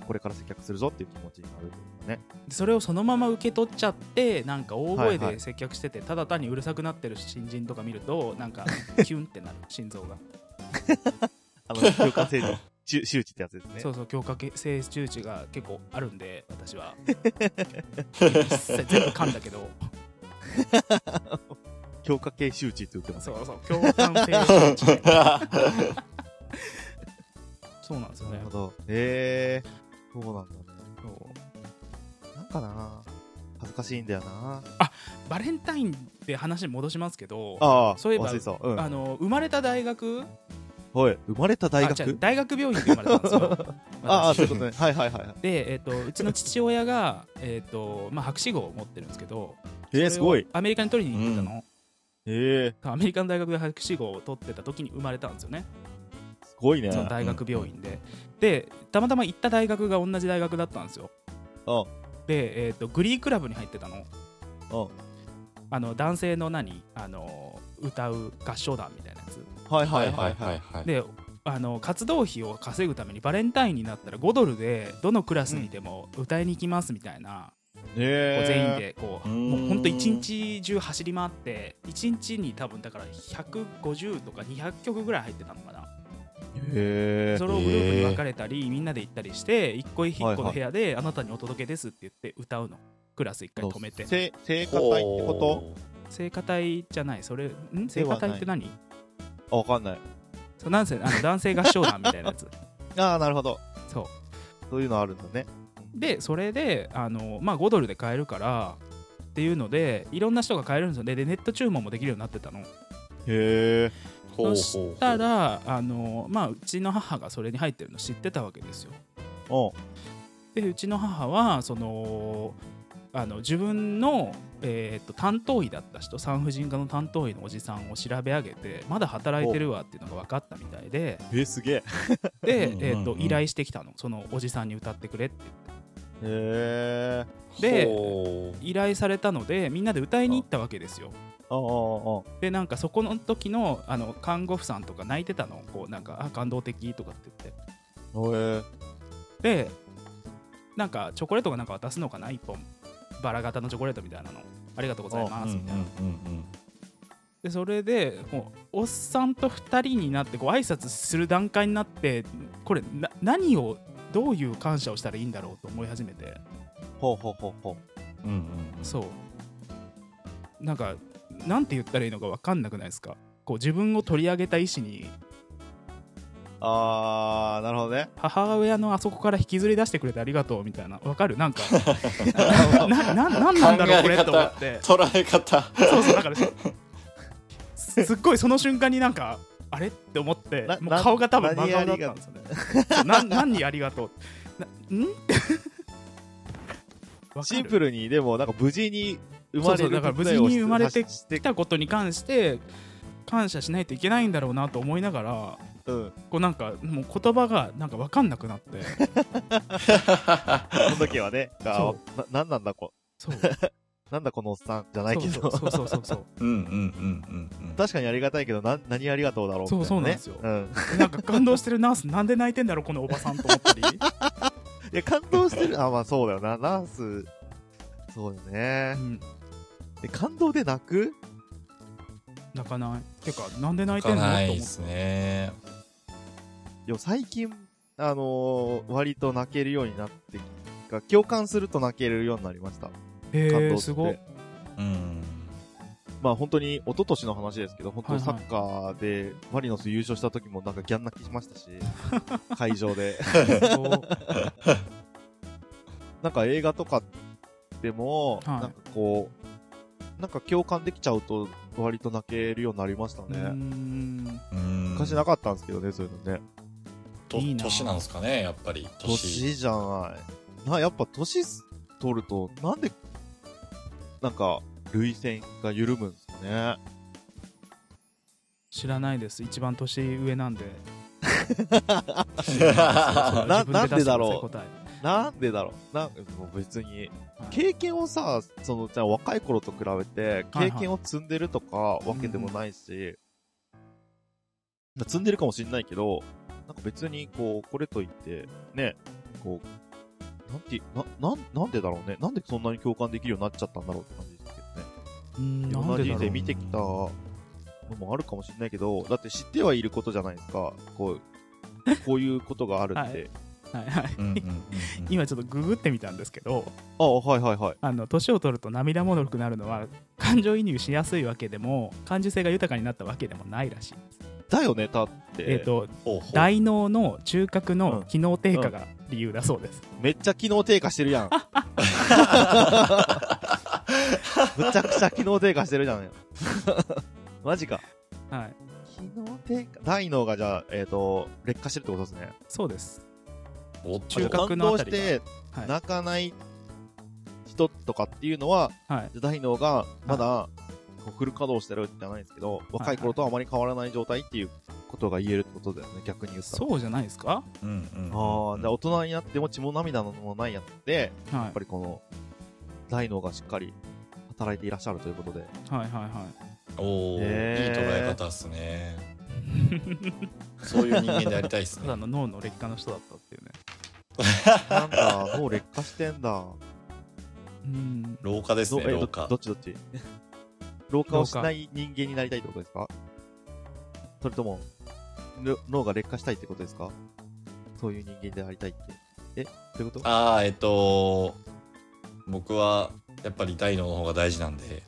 [SPEAKER 2] これから接客するぞっていう気持ちになるというかね。
[SPEAKER 1] でそれをそのまま受け取っちゃってなんか大声
[SPEAKER 2] はいは
[SPEAKER 1] で
[SPEAKER 2] い
[SPEAKER 1] 接客してて、ただ単にうるさくなってる新人とか見るとなんかキュンってなる心臓が、
[SPEAKER 2] あの、 教 科生の周周知ってやつですね。
[SPEAKER 1] そうそう強化性周知が結構あるんで私は一切全部噛んだけど
[SPEAKER 2] 強化系周知って言ってます。
[SPEAKER 1] そうそう共感性周知ね
[SPEAKER 3] う
[SPEAKER 1] そうなんですよ
[SPEAKER 2] なる
[SPEAKER 1] ね
[SPEAKER 2] ほど。えー、そうなんだね。
[SPEAKER 1] そう
[SPEAKER 2] なんかな恥ずかしいんだよな
[SPEAKER 1] バレンタインで話戻しますけどあ、
[SPEAKER 2] ああ、
[SPEAKER 1] そういえば
[SPEAKER 2] 忘れてた。うん。
[SPEAKER 1] あの生まれた大学
[SPEAKER 2] おい、生まれた大
[SPEAKER 1] あ違う
[SPEAKER 2] 学
[SPEAKER 1] 大学病院で生まれたん ですよ
[SPEAKER 2] ああ、
[SPEAKER 1] 私
[SPEAKER 2] そういうことね。はいはいはいはい。
[SPEAKER 1] で、えっとうちの父親が、えっとまあ、博士号を持ってるんですけど
[SPEAKER 2] えー、すご い
[SPEAKER 1] それを。アメリカに取りに行ってたの、
[SPEAKER 2] ええ
[SPEAKER 1] アメリカの大学で博士号を取ってた時に生まれたんですよね
[SPEAKER 2] すごいね。
[SPEAKER 1] その
[SPEAKER 2] あ
[SPEAKER 1] 大学病院で、でたまたま行った大学が同じ大学だったんですよ
[SPEAKER 2] あ
[SPEAKER 1] で、えっとグリークラブに入ってたのあの男性の何あの歌う合唱団みたいなやつ
[SPEAKER 2] はい
[SPEAKER 3] んは
[SPEAKER 2] はいい
[SPEAKER 3] は
[SPEAKER 2] はいい
[SPEAKER 3] は
[SPEAKER 2] はいい。
[SPEAKER 3] はい。
[SPEAKER 1] であの活動費を稼ぐためにバレンタインになったら5ドルでどのクラスにでも歌いに行きますみたいな、こ
[SPEAKER 2] え
[SPEAKER 1] う
[SPEAKER 2] え
[SPEAKER 1] 全員。でこう
[SPEAKER 3] うーん
[SPEAKER 1] もうほんと一日中走り回って1日に多分だから150とか200曲ぐらい入ってたのかな、
[SPEAKER 2] ええ
[SPEAKER 1] それをグループに分かれたりみんなで行ったりして一個一個の部屋であなたにお届けですって言って歌うのクラス一回止めて
[SPEAKER 2] せ聖歌隊ってこ
[SPEAKER 1] 聖歌隊じゃないそれん聖歌隊って何
[SPEAKER 2] とあ、わかんない。
[SPEAKER 1] そうなんせあの男性合唱団みたいなやつ
[SPEAKER 2] ああ、なるほど。
[SPEAKER 1] そう
[SPEAKER 2] そういうのあるんだね。
[SPEAKER 1] でそれであの、まあ、5ドルで買えるからっていうのでいろんな人が買えるんですよねでネット注文もできるようになってたの
[SPEAKER 2] へえ。
[SPEAKER 3] ほうほうほう
[SPEAKER 1] そしたらあの、まあ、うちの母がそれに入ってるの知ってたわけですよ
[SPEAKER 2] うん。
[SPEAKER 1] でうちの母はそのあの自分の、えーっと担当医だった人産婦人科の担当医のおじさんを調べ上げてまだ働いてるわっていうのが分かったみたいで
[SPEAKER 2] えー、すげえ。
[SPEAKER 1] で
[SPEAKER 3] う、ん
[SPEAKER 1] えーっと
[SPEAKER 3] うんうん
[SPEAKER 1] 依頼してきたのそのおじさんに歌ってくれって言って
[SPEAKER 2] へ
[SPEAKER 1] で
[SPEAKER 2] え。
[SPEAKER 3] ほう
[SPEAKER 1] 依頼されたのでみんなで歌いに行ったわけですよ
[SPEAKER 2] ああ、ああ、
[SPEAKER 1] でなんかそこの時のあの看護婦さんとか泣いてたのこうなんかあ感動的とかって言って
[SPEAKER 2] ああ。へえ。
[SPEAKER 1] でなんかチョコレートがなんか渡すのかな1本バラ型のチョコレートみたいなのありがとうございますみたいな、
[SPEAKER 3] うんうん
[SPEAKER 1] でそれでもうおっさんと2人になってこう挨拶する段階になってこれな何をどういう感謝をしたらいいんだろうと思い始めて
[SPEAKER 2] ほうほうほうほう。
[SPEAKER 3] うんうんうんうん
[SPEAKER 1] そうなんかなんて言ったらいいのか分かんなくないですかこう自分を取り上げた意思に
[SPEAKER 2] ああ、なるほ どね。
[SPEAKER 1] 母親のあそこから引きずり出してくれてありがとうみたいなわかるなん かなななんなんだろうこ
[SPEAKER 3] 考え
[SPEAKER 1] れ
[SPEAKER 3] 方
[SPEAKER 1] と思って
[SPEAKER 3] 捉え方。
[SPEAKER 1] そうそうだから すすっごいその瞬間になんかあれって思って
[SPEAKER 2] な
[SPEAKER 1] もう
[SPEAKER 2] な
[SPEAKER 1] 顔が多分真顔だったんですよねそうな何にありがとう なん わかる
[SPEAKER 2] シンプルに、でも、なんか無事に生
[SPEAKER 1] そ
[SPEAKER 2] ま
[SPEAKER 1] う
[SPEAKER 2] れ
[SPEAKER 1] そう
[SPEAKER 2] る
[SPEAKER 1] だから無
[SPEAKER 2] 手
[SPEAKER 1] 事
[SPEAKER 2] 伝いを
[SPEAKER 1] に
[SPEAKER 2] し
[SPEAKER 1] 生まれて
[SPEAKER 2] して
[SPEAKER 1] きたことに関して感謝しないといけないんだろうなと思いながら
[SPEAKER 2] うん。
[SPEAKER 1] こうなんかもう言葉がなんか分かんなくなって
[SPEAKER 2] その時はね、あ
[SPEAKER 1] そ
[SPEAKER 2] な、なんなんだこ、
[SPEAKER 1] そう
[SPEAKER 2] なんだこのおっさんじゃ ないけど。
[SPEAKER 1] そうそうそうそうそう
[SPEAKER 3] うんうんうん うんうん。
[SPEAKER 2] 確かにありがたいけど、な、何ありがとうだろうみたいな、
[SPEAKER 1] そ
[SPEAKER 2] ね。
[SPEAKER 1] うそうなんですよ
[SPEAKER 2] うん。
[SPEAKER 1] なんか感動してるナースなんで泣いてんだろうこのおばさんと思ったり
[SPEAKER 2] いや、感動してる。あ、まあそうだよな。ナース、そうだ
[SPEAKER 1] う
[SPEAKER 2] よね。
[SPEAKER 1] ん
[SPEAKER 2] え、感動で泣く
[SPEAKER 1] 泣かないてかなんで泣いてん
[SPEAKER 3] 泣か
[SPEAKER 1] のと
[SPEAKER 3] ない
[SPEAKER 1] 思
[SPEAKER 3] で
[SPEAKER 1] っ
[SPEAKER 3] す
[SPEAKER 1] て、
[SPEAKER 3] ね。
[SPEAKER 2] でも最近、あのー割と泣けるようになってきた。共感すると泣けるようになりました。
[SPEAKER 1] へ
[SPEAKER 2] 感動
[SPEAKER 1] え
[SPEAKER 2] って
[SPEAKER 1] す ごい
[SPEAKER 3] うん。
[SPEAKER 2] まあ本当に、一昨年の話ですけど、本当
[SPEAKER 1] はい
[SPEAKER 2] に
[SPEAKER 1] はい
[SPEAKER 2] サッカーでマリノス優勝した時もなんかギャン泣きしまし たし、会場で。
[SPEAKER 1] すごい
[SPEAKER 2] なんか映画とかでも、
[SPEAKER 1] はい
[SPEAKER 2] なんかこう、なんか共感できちゃうと割と泣けるようになりました
[SPEAKER 1] うー
[SPEAKER 2] ね。
[SPEAKER 1] ん
[SPEAKER 3] うん
[SPEAKER 2] 昔なかったんですけどね、そういうのね。
[SPEAKER 3] と
[SPEAKER 1] いいな
[SPEAKER 3] 年なんですかね、やっぱり。
[SPEAKER 2] 年じゃない。な、やっぱ年取ると、なんで、なんか、涙腺が緩むんですかね。
[SPEAKER 1] 知らないです一番年上なんで
[SPEAKER 3] あ
[SPEAKER 2] な
[SPEAKER 1] 自分出してくさい
[SPEAKER 2] なんでだろう
[SPEAKER 1] 答
[SPEAKER 2] なんでだろう。なんもう別に、
[SPEAKER 1] え
[SPEAKER 2] 経験をさ、その、じゃあ若い頃と比べて、
[SPEAKER 1] はい
[SPEAKER 2] 経験を積んでるとかわけでもないし、まあ積んでるかもしんないけど、なんか別に、こう、これといって、ね、こう、なんて、な、なん、なんでだろうね。なんでそんなに共感できるようになっちゃったんだろうって感じですけどね。
[SPEAKER 1] うん
[SPEAKER 2] い
[SPEAKER 1] な
[SPEAKER 2] ろん
[SPEAKER 1] ん
[SPEAKER 2] な
[SPEAKER 1] でだろ
[SPEAKER 2] 人生
[SPEAKER 1] う
[SPEAKER 2] 見てきたのもあるかもしれないけど、だって知ってはいることじゃないですか。こう、 こういうことがあるって。
[SPEAKER 1] はいはい
[SPEAKER 3] うんうんうんうん
[SPEAKER 1] 今ちょっとググってみたんですけど
[SPEAKER 2] あ、はいはいはい。
[SPEAKER 1] あの年を取ると涙もろくなるのは感情移入しやすいわけでも感受性が豊かになったわけでもないらしい、
[SPEAKER 2] だよね、たって。
[SPEAKER 1] えっ、と
[SPEAKER 3] ほうほう
[SPEAKER 1] 大脳の中核の機能低
[SPEAKER 2] う
[SPEAKER 1] 下
[SPEAKER 2] ん
[SPEAKER 1] が理由だそうです、
[SPEAKER 2] めっちゃ機能低下して るやん。むちゃくちゃ機能低下してるじゃ ん。マジか。
[SPEAKER 1] はい
[SPEAKER 2] 機能低下大脳がじゃあ、えっ、と、劣化してるってことですね。
[SPEAKER 1] そうです
[SPEAKER 3] おっと
[SPEAKER 1] 中核のあたりが
[SPEAKER 2] 感動して
[SPEAKER 1] はい
[SPEAKER 2] 泣かない人とかっていうのは、
[SPEAKER 1] はい
[SPEAKER 2] 大脳がまだこうフル稼働してるじゃないですけど、若い頃とあまり変わらない状態っていうことが言えるってことだよね、逆に言ったら。
[SPEAKER 1] そうじゃないですか
[SPEAKER 3] うんうんうん
[SPEAKER 2] ああ、じゃあ大人になっても血も涙もないやつで、
[SPEAKER 1] は
[SPEAKER 2] やっぱりこの大脳がしっかり働いていらっしゃるということで。
[SPEAKER 1] いはいはいは
[SPEAKER 3] おお、
[SPEAKER 2] へー
[SPEAKER 3] いい捉え方ですね。そういう人間でありたいです
[SPEAKER 1] いただ
[SPEAKER 3] ね。
[SPEAKER 1] の脳の劣化の人だったっていうね
[SPEAKER 2] なんだ、脳劣化してんだ。
[SPEAKER 1] うん
[SPEAKER 3] 老化です
[SPEAKER 2] ど
[SPEAKER 3] ね、
[SPEAKER 2] えど
[SPEAKER 3] 老化
[SPEAKER 2] ど。っちどっち老化をしない人間になりたいってことですかそれとも、の脳が劣化したいってことですかそういう人間でありたいって。えどういうこと
[SPEAKER 3] ああ、えっと、僕はやっぱり大脳の方が大事な んで。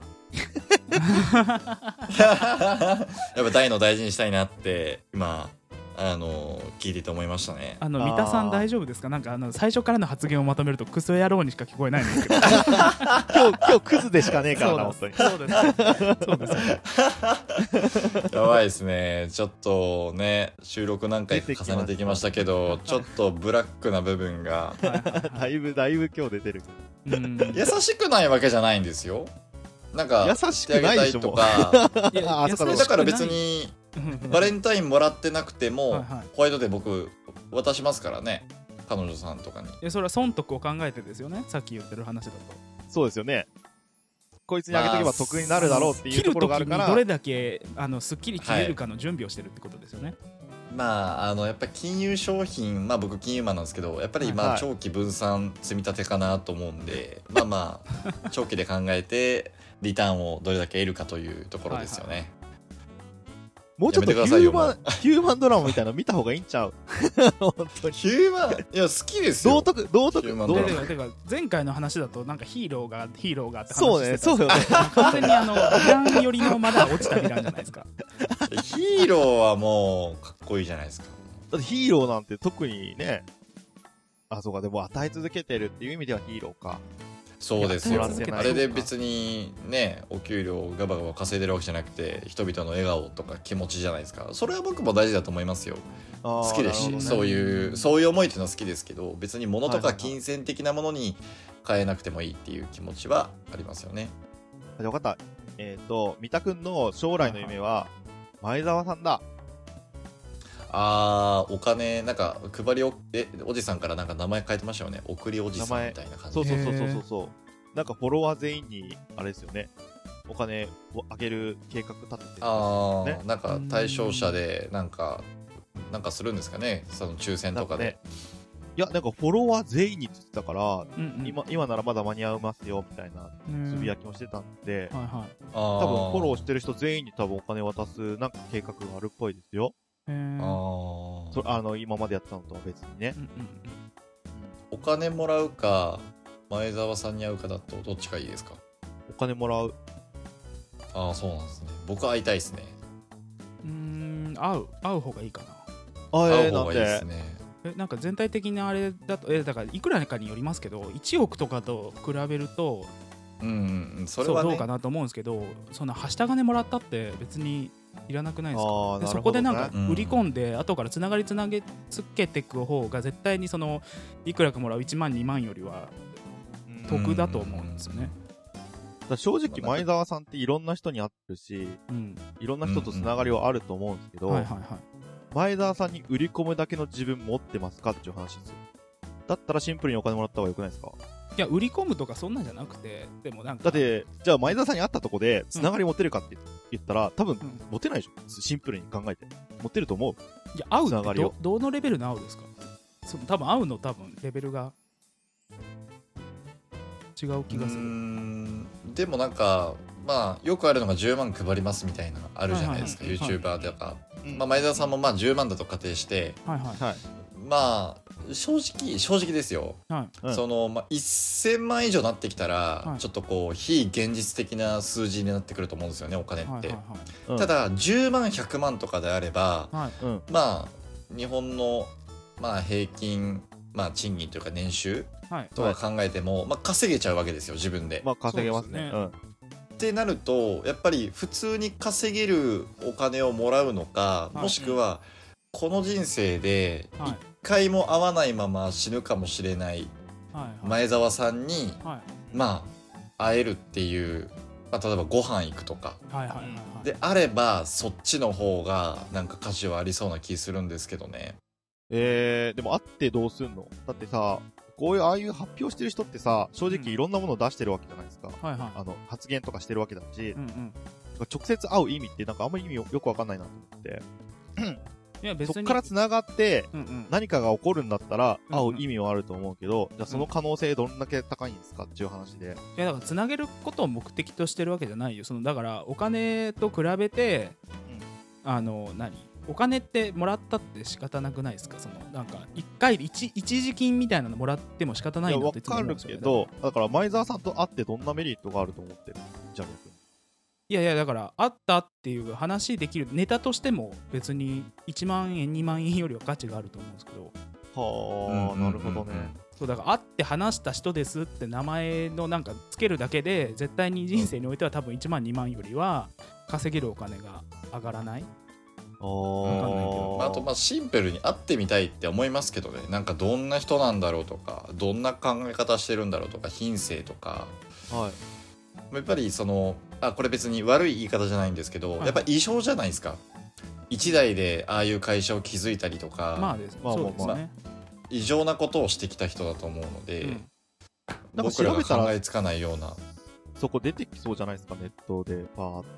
[SPEAKER 3] やっぱ大脳大事にしたいなって、今、あの聞いてて思いましたね。
[SPEAKER 1] あの
[SPEAKER 2] あー
[SPEAKER 1] 三田さん大丈夫ですかなんかあの最初からの発言をまとめるとクソ野郎にしか聞こえないん ですけど
[SPEAKER 2] 今日、今日クズでしかねえからな、本
[SPEAKER 1] そ
[SPEAKER 2] 当
[SPEAKER 1] う
[SPEAKER 2] に
[SPEAKER 1] で。すそうですそうです
[SPEAKER 3] やばいですね。ちょっとね、収録何回か重ねてきましたけど、ちょっとブラックな部分が、
[SPEAKER 1] はいは
[SPEAKER 2] だ
[SPEAKER 1] い
[SPEAKER 2] いぶ、だいぶ今日出てる。
[SPEAKER 1] はいうん
[SPEAKER 3] 優しくないわけじゃないんですよ。なんか、
[SPEAKER 2] 優し
[SPEAKER 3] してあ
[SPEAKER 2] く
[SPEAKER 3] げ
[SPEAKER 2] ない
[SPEAKER 3] た
[SPEAKER 2] で
[SPEAKER 3] い
[SPEAKER 2] しょ、
[SPEAKER 3] と
[SPEAKER 2] もう。
[SPEAKER 3] か、
[SPEAKER 1] いや
[SPEAKER 2] あーそうか
[SPEAKER 1] 優しくない
[SPEAKER 3] だから別に、バレンタインもらってなくても、
[SPEAKER 1] はいはい
[SPEAKER 3] ホワイトデー僕、渡しますからね。彼女さんとかに。
[SPEAKER 1] いやそれは損得を考えてですよねさっき言ってる話だと
[SPEAKER 2] そうですよね。こいつにあげとけば得になるだろうっていう
[SPEAKER 1] 切
[SPEAKER 2] と
[SPEAKER 1] る
[SPEAKER 2] こ
[SPEAKER 1] 時
[SPEAKER 2] ろがあるか
[SPEAKER 1] に
[SPEAKER 2] ら。
[SPEAKER 1] どれだけあのすっきり切れるかの準備をしてるってことですよね、
[SPEAKER 3] まあ、あの、やっぱ金融商品、まあ僕金融マンなんですけど、やっぱり
[SPEAKER 1] はい
[SPEAKER 3] ま
[SPEAKER 2] は
[SPEAKER 3] あ
[SPEAKER 2] い
[SPEAKER 3] 長期分散積み立てかなと思うん で、まあまあ、長期で考えて、リターンをどれだけ得るかというところですよね。
[SPEAKER 2] もうちょっと
[SPEAKER 3] やめてく
[SPEAKER 2] ヒ
[SPEAKER 3] ださい
[SPEAKER 2] ュ
[SPEAKER 3] よ
[SPEAKER 2] ーマン、ヒューマンドラマみたいなの見た方がいいんちゃう本当に。
[SPEAKER 3] ヒューマン、いや、好きですよ。
[SPEAKER 2] 道徳、道徳、
[SPEAKER 3] ヒューマ
[SPEAKER 2] 道
[SPEAKER 3] ンドラマ
[SPEAKER 2] 徳
[SPEAKER 1] で。てか前回の話だとなんかヒーローがヒーローがって話してた
[SPEAKER 2] そうね、そうよね。
[SPEAKER 1] 完全にあのヴィラン寄りのまだ落ちたヴィランじゃないですか
[SPEAKER 3] ヒーローはもう、かっこいいじゃないですか。
[SPEAKER 2] だってヒーローなんて特にね、あ、そうか、でも与え続けてるっていう意味ではヒーローか。
[SPEAKER 3] そうですよ
[SPEAKER 2] いやそうなんですよ
[SPEAKER 3] あれで別にねお給料をガバガバ稼いでるわけじゃなくて人々の笑顔とか気持ちじゃないですかそれは僕も大事だと思いますよ
[SPEAKER 2] あー
[SPEAKER 3] 好きですし、
[SPEAKER 2] なるほどね
[SPEAKER 3] そういうそういう思いっていうのは好きですけど別に物と
[SPEAKER 2] はいはい
[SPEAKER 3] か
[SPEAKER 2] はい
[SPEAKER 3] 金銭的なものに変えなくてもいいっていう気持ちはありますよね
[SPEAKER 2] あよかった。えっ、と、三田くんの将来の夢は、前澤さんだ。
[SPEAKER 3] あーお金なんか配りおえおじさんからなんか名前変えてましたよね送りおじさんみたいな感じ
[SPEAKER 2] そうそうそうそう
[SPEAKER 1] へー
[SPEAKER 2] そうそう。なんかフォロワー全員に、あれですよね。お金をあげる計画立てて。
[SPEAKER 3] ああ、
[SPEAKER 2] ね
[SPEAKER 3] なんか対象者でなんかなんかするんですかねその抽選とかで、
[SPEAKER 2] いや、なんかフォロワー全員にって言ってたから、
[SPEAKER 1] うんうん
[SPEAKER 2] 今、今ならまだ間に合いますよ、みたいなつぶや
[SPEAKER 1] き
[SPEAKER 2] きもしてたんで、
[SPEAKER 1] はいはい
[SPEAKER 3] 多
[SPEAKER 2] 多分フォローしててる人全員に多分お金渡す、なんか計画があるっぽいですよ。
[SPEAKER 1] へー
[SPEAKER 3] あー
[SPEAKER 2] そあの、今までやったのとは別にね
[SPEAKER 1] う。んうん
[SPEAKER 3] お金もらうか前澤さんに会うかだとどっちがいいですか
[SPEAKER 2] お金もらう。
[SPEAKER 3] ああそうなんですね僕会いたいですね
[SPEAKER 1] うんうーん合う合う方がいいかな
[SPEAKER 2] あ
[SPEAKER 3] 会
[SPEAKER 2] えー、
[SPEAKER 3] う
[SPEAKER 2] な
[SPEAKER 3] 方
[SPEAKER 2] ん
[SPEAKER 3] がいいで。
[SPEAKER 2] です
[SPEAKER 3] ね
[SPEAKER 1] えなんか全体的なあれだとえだからいくらかによりますけど1億とかと比べると
[SPEAKER 3] うんうんうんそれは、ね、
[SPEAKER 1] そうどうかなと思うんですけどそのはした金もらったって別にいらなくないですか
[SPEAKER 2] ああ、
[SPEAKER 1] で
[SPEAKER 2] な
[SPEAKER 1] そ
[SPEAKER 2] る
[SPEAKER 1] こ
[SPEAKER 2] ほ
[SPEAKER 1] で
[SPEAKER 2] ど、ね。
[SPEAKER 1] なんか
[SPEAKER 3] うん
[SPEAKER 1] 売り込んで、後からつながりつなげつけていく方が絶対にそのいくらかもらう1万2万よりは
[SPEAKER 2] うん
[SPEAKER 1] 得だと思うんですよね。
[SPEAKER 2] だから正直、前澤さんっていろんな人に会ってるし、
[SPEAKER 1] うん、
[SPEAKER 2] いろんな人とつながりはあると思うんですけど、
[SPEAKER 1] はいはいはい。
[SPEAKER 2] 前澤さんに売り込むだけの自分持ってますかっていう話ですよ。だったらシンプルにお金もらった方がよくないですか
[SPEAKER 1] いや売り込むとかそんなんじゃなくてでもなんか
[SPEAKER 2] だって、じゃあ前澤さんに会ったとこで、つながり持てるかって言ったら、多分
[SPEAKER 1] ん、
[SPEAKER 2] 持てないでしょシンプルに考えて。持てると思う
[SPEAKER 1] いや合う
[SPEAKER 2] つな
[SPEAKER 1] っ
[SPEAKER 2] が
[SPEAKER 1] て
[SPEAKER 2] りを
[SPEAKER 1] どどのレベルの合うですかその多分合うの多分レベルが違う気がす
[SPEAKER 3] うー
[SPEAKER 1] る。
[SPEAKER 3] んでもなんかまあよくあるのが10万配りますみたいなのあるじゃないですか、
[SPEAKER 1] はいはいはい
[SPEAKER 3] YouTuber とか、
[SPEAKER 2] うん
[SPEAKER 3] まあ、前澤さんもまあ10万だと仮定して
[SPEAKER 1] はいはい
[SPEAKER 2] はい。
[SPEAKER 3] まあ正直正直ですよ、
[SPEAKER 1] はい
[SPEAKER 2] うん
[SPEAKER 3] その、まあ、1000万以上なってきたら、
[SPEAKER 1] はい
[SPEAKER 3] ちょっとこう非現実的な数字になってくると思うんですよねお金って、
[SPEAKER 1] はいはい
[SPEAKER 2] うん
[SPEAKER 3] た、だ10万100万とかであれ
[SPEAKER 1] は
[SPEAKER 3] ば
[SPEAKER 1] い。はい
[SPEAKER 2] うん。
[SPEAKER 3] まあ日本の、まあ、平均、まあ、賃金というか年収
[SPEAKER 1] はい
[SPEAKER 3] とか考えても、まあ、稼げちゃうわけですよ自分で、
[SPEAKER 2] まあ、稼げますね。
[SPEAKER 1] そう
[SPEAKER 3] ってなるとやっぱり普通に稼げるお金をもらうのか、
[SPEAKER 1] はい
[SPEAKER 3] もしくはこの人生で
[SPEAKER 1] はい
[SPEAKER 3] 一回も会わないまま死ぬかもしれない
[SPEAKER 1] はいはい
[SPEAKER 3] 前澤さんに、
[SPEAKER 1] はい
[SPEAKER 3] まあ会えるっていう、まあ、例えばご飯行くとか
[SPEAKER 1] はいはいはいはい
[SPEAKER 3] であればそっちの方がなんか価値はありそうな気するんですけどね。
[SPEAKER 2] えー、でも会ってどうすんのだってさ、こういう、ああいう発表してる人ってさ、正
[SPEAKER 1] うん
[SPEAKER 2] 直いろんなものを出してるわけじゃないですか。
[SPEAKER 1] はいは
[SPEAKER 2] あの、発言とかしてるわけだし
[SPEAKER 1] い。う、んうん
[SPEAKER 2] 直接会う意味ってなんかあんまり意味よよくわかんないなと思って。
[SPEAKER 1] いや別に
[SPEAKER 2] そっから繋がって、
[SPEAKER 1] うんうん
[SPEAKER 2] 何かが起こるんだったら、
[SPEAKER 1] うんうん
[SPEAKER 2] 会う意味はあると思うけど、じゃあその可能性どんだけ高いんですかっていう話で。
[SPEAKER 1] いやだからつなげることを目的としてるわけじゃないよそのだからお金と比べて、あの何お金ってもらったって仕方なくないですかそのなんか一回一一時金みたいなのもらっても仕方ない
[SPEAKER 2] や、
[SPEAKER 1] な
[SPEAKER 2] わ
[SPEAKER 1] っていつも
[SPEAKER 2] か
[SPEAKER 1] 思うん
[SPEAKER 2] る
[SPEAKER 1] です
[SPEAKER 2] け
[SPEAKER 1] よね
[SPEAKER 2] ど、だから前澤さんと会ってどんなメリットがあると思ってるじゃあ逆に。
[SPEAKER 1] いやいやだからあったっていう話できるネタとしても別に1万円2万円よりは価値があると思うんですけど
[SPEAKER 2] はあ、なるほどね。
[SPEAKER 1] そうだから会って話した人ですって名前のなんかつけるだけで絶対に人生においては多分1万2万よりは稼げるお金が上がらない
[SPEAKER 2] あ
[SPEAKER 1] わかんないけ
[SPEAKER 2] ー
[SPEAKER 1] ど
[SPEAKER 3] まあ、あとまあシンプルに会ってみたいって思いますけどねなんかどんな人なんだろうとかどんな考え方してるんだろうとか品性とか
[SPEAKER 2] はい。
[SPEAKER 3] やっぱりそのあこれ別に悪い言い方じゃないんですけど、
[SPEAKER 1] はい
[SPEAKER 3] やっぱ異常じゃないですか一代でああいう会社を築いたりとか、
[SPEAKER 1] まあです、
[SPEAKER 2] まあまあ
[SPEAKER 1] そ
[SPEAKER 2] ま
[SPEAKER 1] う
[SPEAKER 2] あ
[SPEAKER 1] ですね、
[SPEAKER 3] 異常なことをしてきた人だと思うので、
[SPEAKER 1] うん
[SPEAKER 2] なんか
[SPEAKER 3] 僕ら
[SPEAKER 2] 調
[SPEAKER 3] が
[SPEAKER 2] べた
[SPEAKER 3] 考
[SPEAKER 2] ら
[SPEAKER 3] え、つかないような
[SPEAKER 2] そこ出てきそうじゃないですか、ネットで、パーって。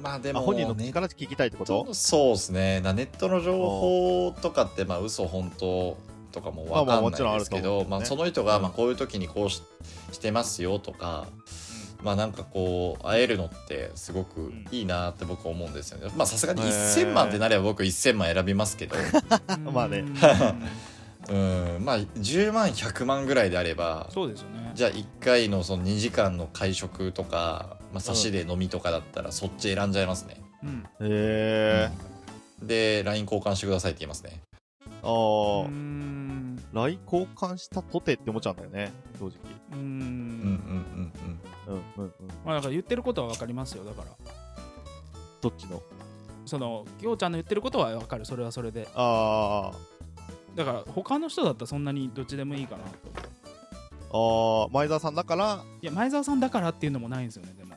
[SPEAKER 3] まあで
[SPEAKER 2] あ、
[SPEAKER 3] も
[SPEAKER 2] 本人の
[SPEAKER 3] ネ
[SPEAKER 2] 口
[SPEAKER 3] ッ
[SPEAKER 2] から聞きたいってこと
[SPEAKER 3] トそうですねなネットの情報とかってまあ嘘本当とかも
[SPEAKER 2] まあ
[SPEAKER 3] 分
[SPEAKER 2] まあ
[SPEAKER 3] かん
[SPEAKER 2] もちろん
[SPEAKER 3] な
[SPEAKER 2] あ
[SPEAKER 3] い
[SPEAKER 2] る
[SPEAKER 3] です
[SPEAKER 2] と
[SPEAKER 3] け
[SPEAKER 2] 思う
[SPEAKER 3] ど、まあ
[SPEAKER 2] ね
[SPEAKER 3] その人がまあこういう時にこうししてますよとか、まあなんかこう会えるのってすごくいいなって僕は思うんですよねまあさすがに
[SPEAKER 2] へー
[SPEAKER 3] 1000万ってなれば僕1000万選びま すけど
[SPEAKER 1] うん
[SPEAKER 2] まあね
[SPEAKER 3] うんまあ10万100万ぐらいであれば
[SPEAKER 1] そうですよね
[SPEAKER 3] じゃあ1回のその2時間の会食とか、まあ、差しで飲みとかだったらそっち選んじゃいますね、
[SPEAKER 1] うん
[SPEAKER 2] へえ。
[SPEAKER 3] で LINE 交換してくださいって言いますね
[SPEAKER 2] あ
[SPEAKER 1] うー
[SPEAKER 2] ー、
[SPEAKER 1] ん
[SPEAKER 2] 来交換したとてって思っちゃうんだよね、正直。
[SPEAKER 1] うー
[SPEAKER 3] うんうんうん
[SPEAKER 1] ん
[SPEAKER 3] うん
[SPEAKER 2] うんうんうん。
[SPEAKER 1] まあだから言ってることは分かりますよだから
[SPEAKER 2] どっちの
[SPEAKER 1] そのきょうちゃんの言ってることは分かるそれはそれで
[SPEAKER 2] あー、
[SPEAKER 1] だから他の人だったらそんなにどっちでもいいかなと思う
[SPEAKER 2] あー、前澤さんだから、
[SPEAKER 1] いや前澤さんだからっていうのもないんですよねでも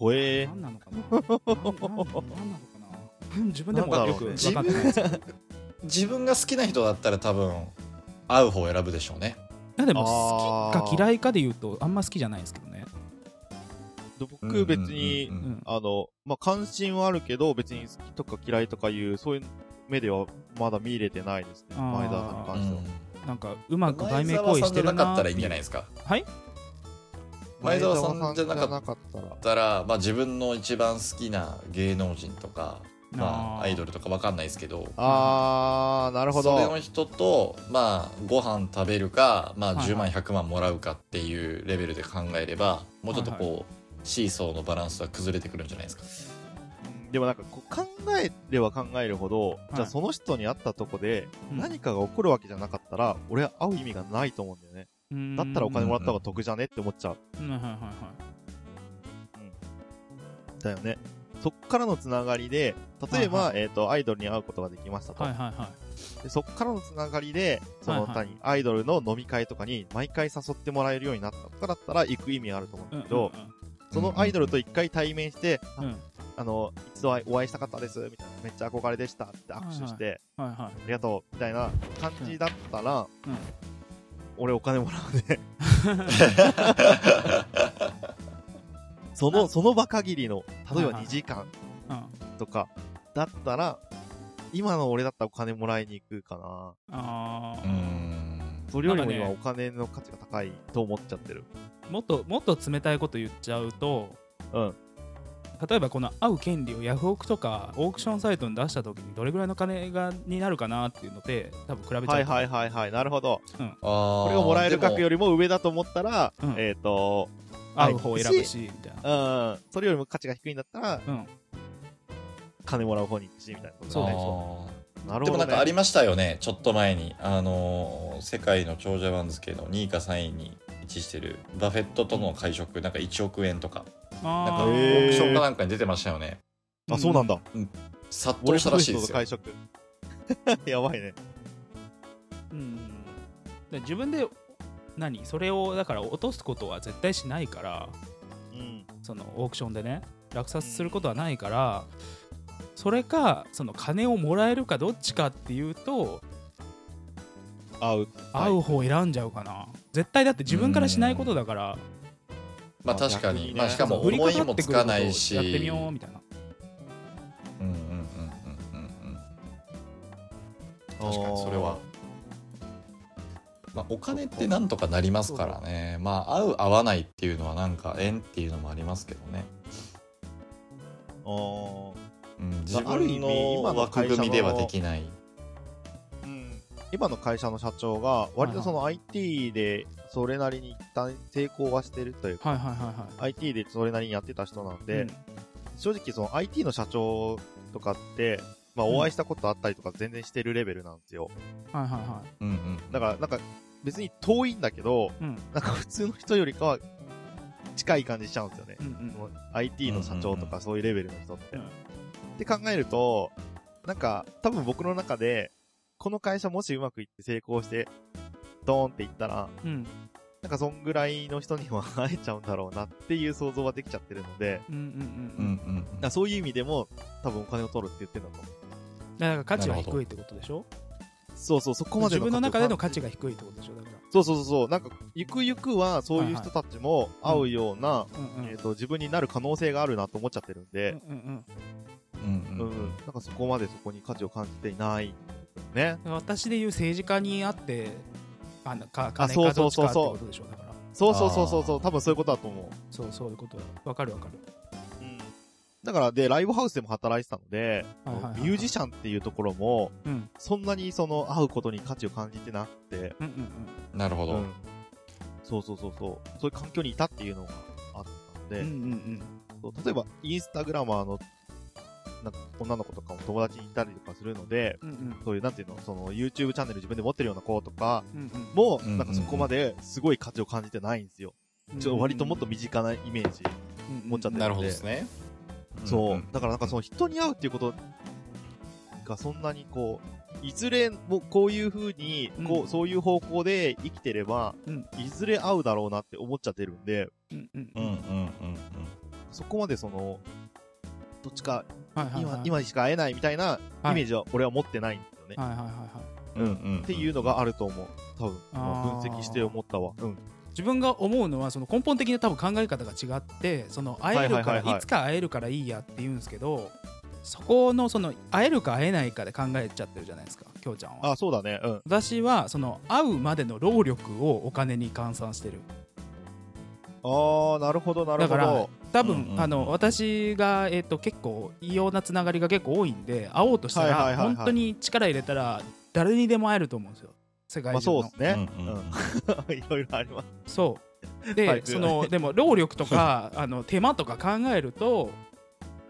[SPEAKER 2] ほえ
[SPEAKER 1] 何なのかな何なのかな自分でもよく分かってないです
[SPEAKER 3] 自分が好きな人だったら多分会う方を選ぶでしょうね
[SPEAKER 1] いやでも好きか嫌いかで言うとあんま好きじゃないですけどね、
[SPEAKER 2] ー、僕別に、
[SPEAKER 3] うんうんうん
[SPEAKER 1] うん
[SPEAKER 2] あの、まあ、関心はあるけど、別に好きとか嫌いとかいう、そういう目ではまだ見入れてないですね。
[SPEAKER 1] あー
[SPEAKER 2] 前澤さんに関しては。
[SPEAKER 1] なんかうま
[SPEAKER 3] うん
[SPEAKER 1] く売名行為してる
[SPEAKER 3] 前澤さんじゃな
[SPEAKER 1] なー
[SPEAKER 3] かった
[SPEAKER 1] っ
[SPEAKER 3] ら
[SPEAKER 1] て
[SPEAKER 3] いいんじゃないですかだ
[SPEAKER 1] はい
[SPEAKER 3] 前澤さんじゃな
[SPEAKER 2] 前澤さん
[SPEAKER 3] かった
[SPEAKER 2] じゃなかったら。
[SPEAKER 3] ったら、まあ、自分の一番好きな芸能人とか、まあ、アイド
[SPEAKER 1] ル
[SPEAKER 3] ルとかわかんないですけど
[SPEAKER 2] あー、なるほ
[SPEAKER 3] それの
[SPEAKER 2] ど。
[SPEAKER 3] 人と、まあ、ご飯食べるか、まあ、
[SPEAKER 1] はい
[SPEAKER 3] 10万100万もらうかっていうレベルで考えれば、もうちょっとこう、シーソーのバランスは崩れてくるんじゃないですか
[SPEAKER 2] でもなんかこう、考えれば考えるほど、じゃあその人に会ったとこで、何かが起こるわけじゃなかったら、俺は会う意味がないと思うんだよね。だったらお金もらった方が得じゃねって思っちゃう。
[SPEAKER 1] はいはいはいはい
[SPEAKER 2] だよね。そっからのつながりで、例えば、
[SPEAKER 1] はいは
[SPEAKER 2] えっ、と、アイドルに会うことができましたと。
[SPEAKER 1] はいはいはい。
[SPEAKER 2] でそっからのつながりで、その、
[SPEAKER 1] はいはい
[SPEAKER 2] 何アイドルの飲み会とかに毎回誘ってもらえるようになったとかだったら行く意味あると思うんだけど、そのアイドルと一回対面して、
[SPEAKER 1] うんうんうん、
[SPEAKER 2] ああの、一度お会いしたかったです、みたいな、めっちゃ憧れでしたって握手して、
[SPEAKER 1] はいは
[SPEAKER 2] ありがとう、みたいな感じだったら、
[SPEAKER 1] うんうん
[SPEAKER 2] 俺お金もら うね。その、その場限りの、例え
[SPEAKER 1] はい
[SPEAKER 2] ば
[SPEAKER 1] はい
[SPEAKER 2] 2時間
[SPEAKER 1] い。うん、
[SPEAKER 2] とか、だったら、今の俺だったらお金もらいに行くかな。
[SPEAKER 1] あ
[SPEAKER 3] うーん
[SPEAKER 2] それよりも今
[SPEAKER 1] なん
[SPEAKER 2] お
[SPEAKER 1] か
[SPEAKER 2] 金の価値が高いと思っちゃってる。
[SPEAKER 1] ーもっともっと冷たいこと言っちゃうと、
[SPEAKER 2] うん。
[SPEAKER 1] 例えばこの会う権利をヤフオクとかオークションサイトに出した時にどれぐらいの金がになるかなっていうので多分比べちゃう。
[SPEAKER 2] はいはいはいはい。なるほど。
[SPEAKER 3] こ
[SPEAKER 2] これをもらえる額よ
[SPEAKER 3] り
[SPEAKER 2] りも上だと思ったら、
[SPEAKER 1] うん
[SPEAKER 2] えっ、と、
[SPEAKER 1] 会う方を選ぶしみたいな。
[SPEAKER 2] うん、それよりも価値が低いんだったら、
[SPEAKER 1] うん
[SPEAKER 2] 金もらう方に行くし、みたいなことだね。なる
[SPEAKER 3] で
[SPEAKER 2] ほど、
[SPEAKER 3] もなんかあ
[SPEAKER 2] ね。
[SPEAKER 3] りましたよねちょっと前にあのー世界の長者番付の2位か3位に位置してるバフェットとの会食なんか1億円とかなん
[SPEAKER 1] あー
[SPEAKER 3] かオ
[SPEAKER 2] へ
[SPEAKER 3] ークションかなんかに出てましたよね
[SPEAKER 2] あ、そうなんだ。
[SPEAKER 3] 殺到
[SPEAKER 2] 俺
[SPEAKER 3] した
[SPEAKER 2] と
[SPEAKER 3] ら
[SPEAKER 2] の
[SPEAKER 3] しい
[SPEAKER 2] 人と
[SPEAKER 3] ですよ
[SPEAKER 2] 会食。 やばいね。
[SPEAKER 1] うん、で自分で何それをだから落とすことは絶対しないから
[SPEAKER 2] うん。
[SPEAKER 1] そのオークションでね落札することはないから、それかその金をもらえるかどっちかっていうと
[SPEAKER 2] 会う。
[SPEAKER 1] 合う方選んじゃうかな、絶対だって自分からしないことだから、
[SPEAKER 3] まあ確か
[SPEAKER 2] 逆に
[SPEAKER 3] に、
[SPEAKER 2] ね
[SPEAKER 3] まあ、しか
[SPEAKER 1] そ
[SPEAKER 3] も
[SPEAKER 1] の振り
[SPEAKER 3] 思い
[SPEAKER 1] かか
[SPEAKER 3] も
[SPEAKER 1] って
[SPEAKER 3] つ
[SPEAKER 1] くる
[SPEAKER 3] か
[SPEAKER 1] こと
[SPEAKER 3] な
[SPEAKER 1] を
[SPEAKER 3] いし
[SPEAKER 1] やってみようみたいな
[SPEAKER 3] うんうんうんうんうんうん確かにそれは。まあ、お金ってなんとかなりますからねまあ合う合わないっていうのはなんか縁っていうのもありますけどね、
[SPEAKER 2] あー。
[SPEAKER 3] うん、
[SPEAKER 2] ま
[SPEAKER 3] 自
[SPEAKER 2] あある意味
[SPEAKER 3] 分の
[SPEAKER 2] 今の会社
[SPEAKER 3] 枠
[SPEAKER 2] の
[SPEAKER 3] 組みではできない
[SPEAKER 2] うん今の会社の社長が、割とその IT で、それなりに一旦成功はしてるというか、
[SPEAKER 1] はいはいはいはい
[SPEAKER 2] IT でそれなりにやってた人なん
[SPEAKER 1] う
[SPEAKER 2] で
[SPEAKER 1] ん、
[SPEAKER 2] 正直その IT の社長とかって、まあお会いしたことあったりとか全然してるレベルなんですよ。
[SPEAKER 1] はいはいは
[SPEAKER 3] うんうん
[SPEAKER 2] だからなんか別に遠いんだけど、
[SPEAKER 1] いうん
[SPEAKER 2] なんか普通の人よりかは近い感じしちゃうんですよね
[SPEAKER 1] う。ん
[SPEAKER 2] その IT の社長と
[SPEAKER 3] うんうんう
[SPEAKER 2] かそういうレベルの人って。
[SPEAKER 1] うん
[SPEAKER 2] って考えると、なんか多分僕の中で、この会社もしうまくいって成功して、ドーンっていったら、
[SPEAKER 1] うんうん
[SPEAKER 2] なんかそんぐらいの人には会えちゃうんだろうなっていう想像はできちゃってるので、
[SPEAKER 1] うんうん
[SPEAKER 3] う
[SPEAKER 1] うんんうん
[SPEAKER 3] うん
[SPEAKER 2] だからそういう意味でも多分お金を取るって言ってんだと思う。
[SPEAKER 1] だから価値は
[SPEAKER 3] なるほ
[SPEAKER 1] 低
[SPEAKER 3] ど
[SPEAKER 1] いってことでしょ
[SPEAKER 2] そうそう、そこまで
[SPEAKER 1] 自分の中での価
[SPEAKER 2] 値を
[SPEAKER 1] 値が低いってことでしょだか
[SPEAKER 2] そうそうそうそう、なんか、ゆくゆくは、そういう人たちも会うような、
[SPEAKER 1] らうんうん
[SPEAKER 2] えっ、と、自分になる可能性があるなと思っちゃってるん
[SPEAKER 1] う
[SPEAKER 2] で
[SPEAKER 1] ん、うんうん
[SPEAKER 3] うん
[SPEAKER 2] う、
[SPEAKER 3] うんん
[SPEAKER 2] うんなんかそこまでそこに価値を感じていない。ね。
[SPEAKER 1] 私でいう政治家にあってあなんか
[SPEAKER 2] あ
[SPEAKER 1] 金か
[SPEAKER 2] そ
[SPEAKER 1] ど
[SPEAKER 2] う
[SPEAKER 1] っち
[SPEAKER 2] そう
[SPEAKER 1] かっ
[SPEAKER 2] そ
[SPEAKER 1] てこ
[SPEAKER 2] うそう
[SPEAKER 1] とでしょだから
[SPEAKER 2] そうそうそうそうそ
[SPEAKER 3] あ
[SPEAKER 2] う、
[SPEAKER 3] ー
[SPEAKER 2] 多分そういうことだと思
[SPEAKER 1] そうそういうことはわかるわかる
[SPEAKER 2] う。うん。だから、で、ライブハウスでも働いてたので、
[SPEAKER 1] はいはいはいはい
[SPEAKER 2] ミュージシャンっていうところも、
[SPEAKER 1] うん
[SPEAKER 2] そんなにその、会うことに価値を感じてなくて、
[SPEAKER 1] うんうんうん
[SPEAKER 3] なるほ
[SPEAKER 2] う
[SPEAKER 3] ど、
[SPEAKER 2] ん。そうそうそうそう、そういう環境にいたっていうのがあったので、
[SPEAKER 1] うんうん
[SPEAKER 2] そう例えば、インスタグラマーの、なんか女の子とかも友達にいたりとかするので、
[SPEAKER 1] うんうんうん
[SPEAKER 2] そういう、なんていうの、その、YouTube チャンネル自分で持ってるような子とか
[SPEAKER 1] うんうん
[SPEAKER 2] も、
[SPEAKER 3] うんうんうん
[SPEAKER 2] なんかそこまですごい価値を感じてないんですよ。ちょ割ともっと身近なイメージ。持っちゃって
[SPEAKER 3] なるほどですね
[SPEAKER 2] そう。
[SPEAKER 3] ん
[SPEAKER 2] だからなんかその人に会うっていうことがそんなにこう、いずれもこういう風に、こ
[SPEAKER 1] う
[SPEAKER 2] う、
[SPEAKER 1] ん
[SPEAKER 2] そういう方向で生きてれば
[SPEAKER 1] うん、
[SPEAKER 2] いずれ会うだろうなって思っちゃってるんで、
[SPEAKER 1] うんうん
[SPEAKER 3] うんうんうんうん
[SPEAKER 2] そこまでその、どっちか、
[SPEAKER 1] はいはいは
[SPEAKER 2] 今
[SPEAKER 1] い、
[SPEAKER 2] 今しか会えないみたいなイメージは俺は持ってないんだよね。
[SPEAKER 1] はいはいはいはい
[SPEAKER 3] うんうん。
[SPEAKER 2] っていうのがあると思う。多分、
[SPEAKER 1] あー
[SPEAKER 2] 分析して思ったわ。うん。
[SPEAKER 1] 自分が思うのはその根本的な多分考え方が違ってその会える
[SPEAKER 2] はい
[SPEAKER 1] か
[SPEAKER 2] はい
[SPEAKER 1] ら
[SPEAKER 2] はいはい
[SPEAKER 1] いつか会えるからいいやって言うんですけどそこのその会えるか会えないかで考えちゃってるじゃないですかきょうちゃんは
[SPEAKER 2] あ、そうだね。うん。
[SPEAKER 1] 私はその会うまでの労力をお金に換算してる
[SPEAKER 2] あー、なるほど、なる
[SPEAKER 1] だ
[SPEAKER 2] ほ
[SPEAKER 1] から
[SPEAKER 2] ど。
[SPEAKER 1] 多
[SPEAKER 3] うん
[SPEAKER 1] 分
[SPEAKER 3] うんうん
[SPEAKER 1] あの私がえっと結構異様なつながりが結構多いんで会おうとした
[SPEAKER 2] はいはい
[SPEAKER 1] ら
[SPEAKER 2] はいはい
[SPEAKER 1] 本当に力入れたら誰にでも会えると思うんですよ世
[SPEAKER 2] ま
[SPEAKER 1] 界
[SPEAKER 2] あ
[SPEAKER 1] 中
[SPEAKER 2] そう
[SPEAKER 1] の
[SPEAKER 2] ですね。
[SPEAKER 3] うんうんうん
[SPEAKER 2] いろいろあります。
[SPEAKER 1] そうで、
[SPEAKER 2] はい
[SPEAKER 1] そのでも労力と かあの手間とか考えると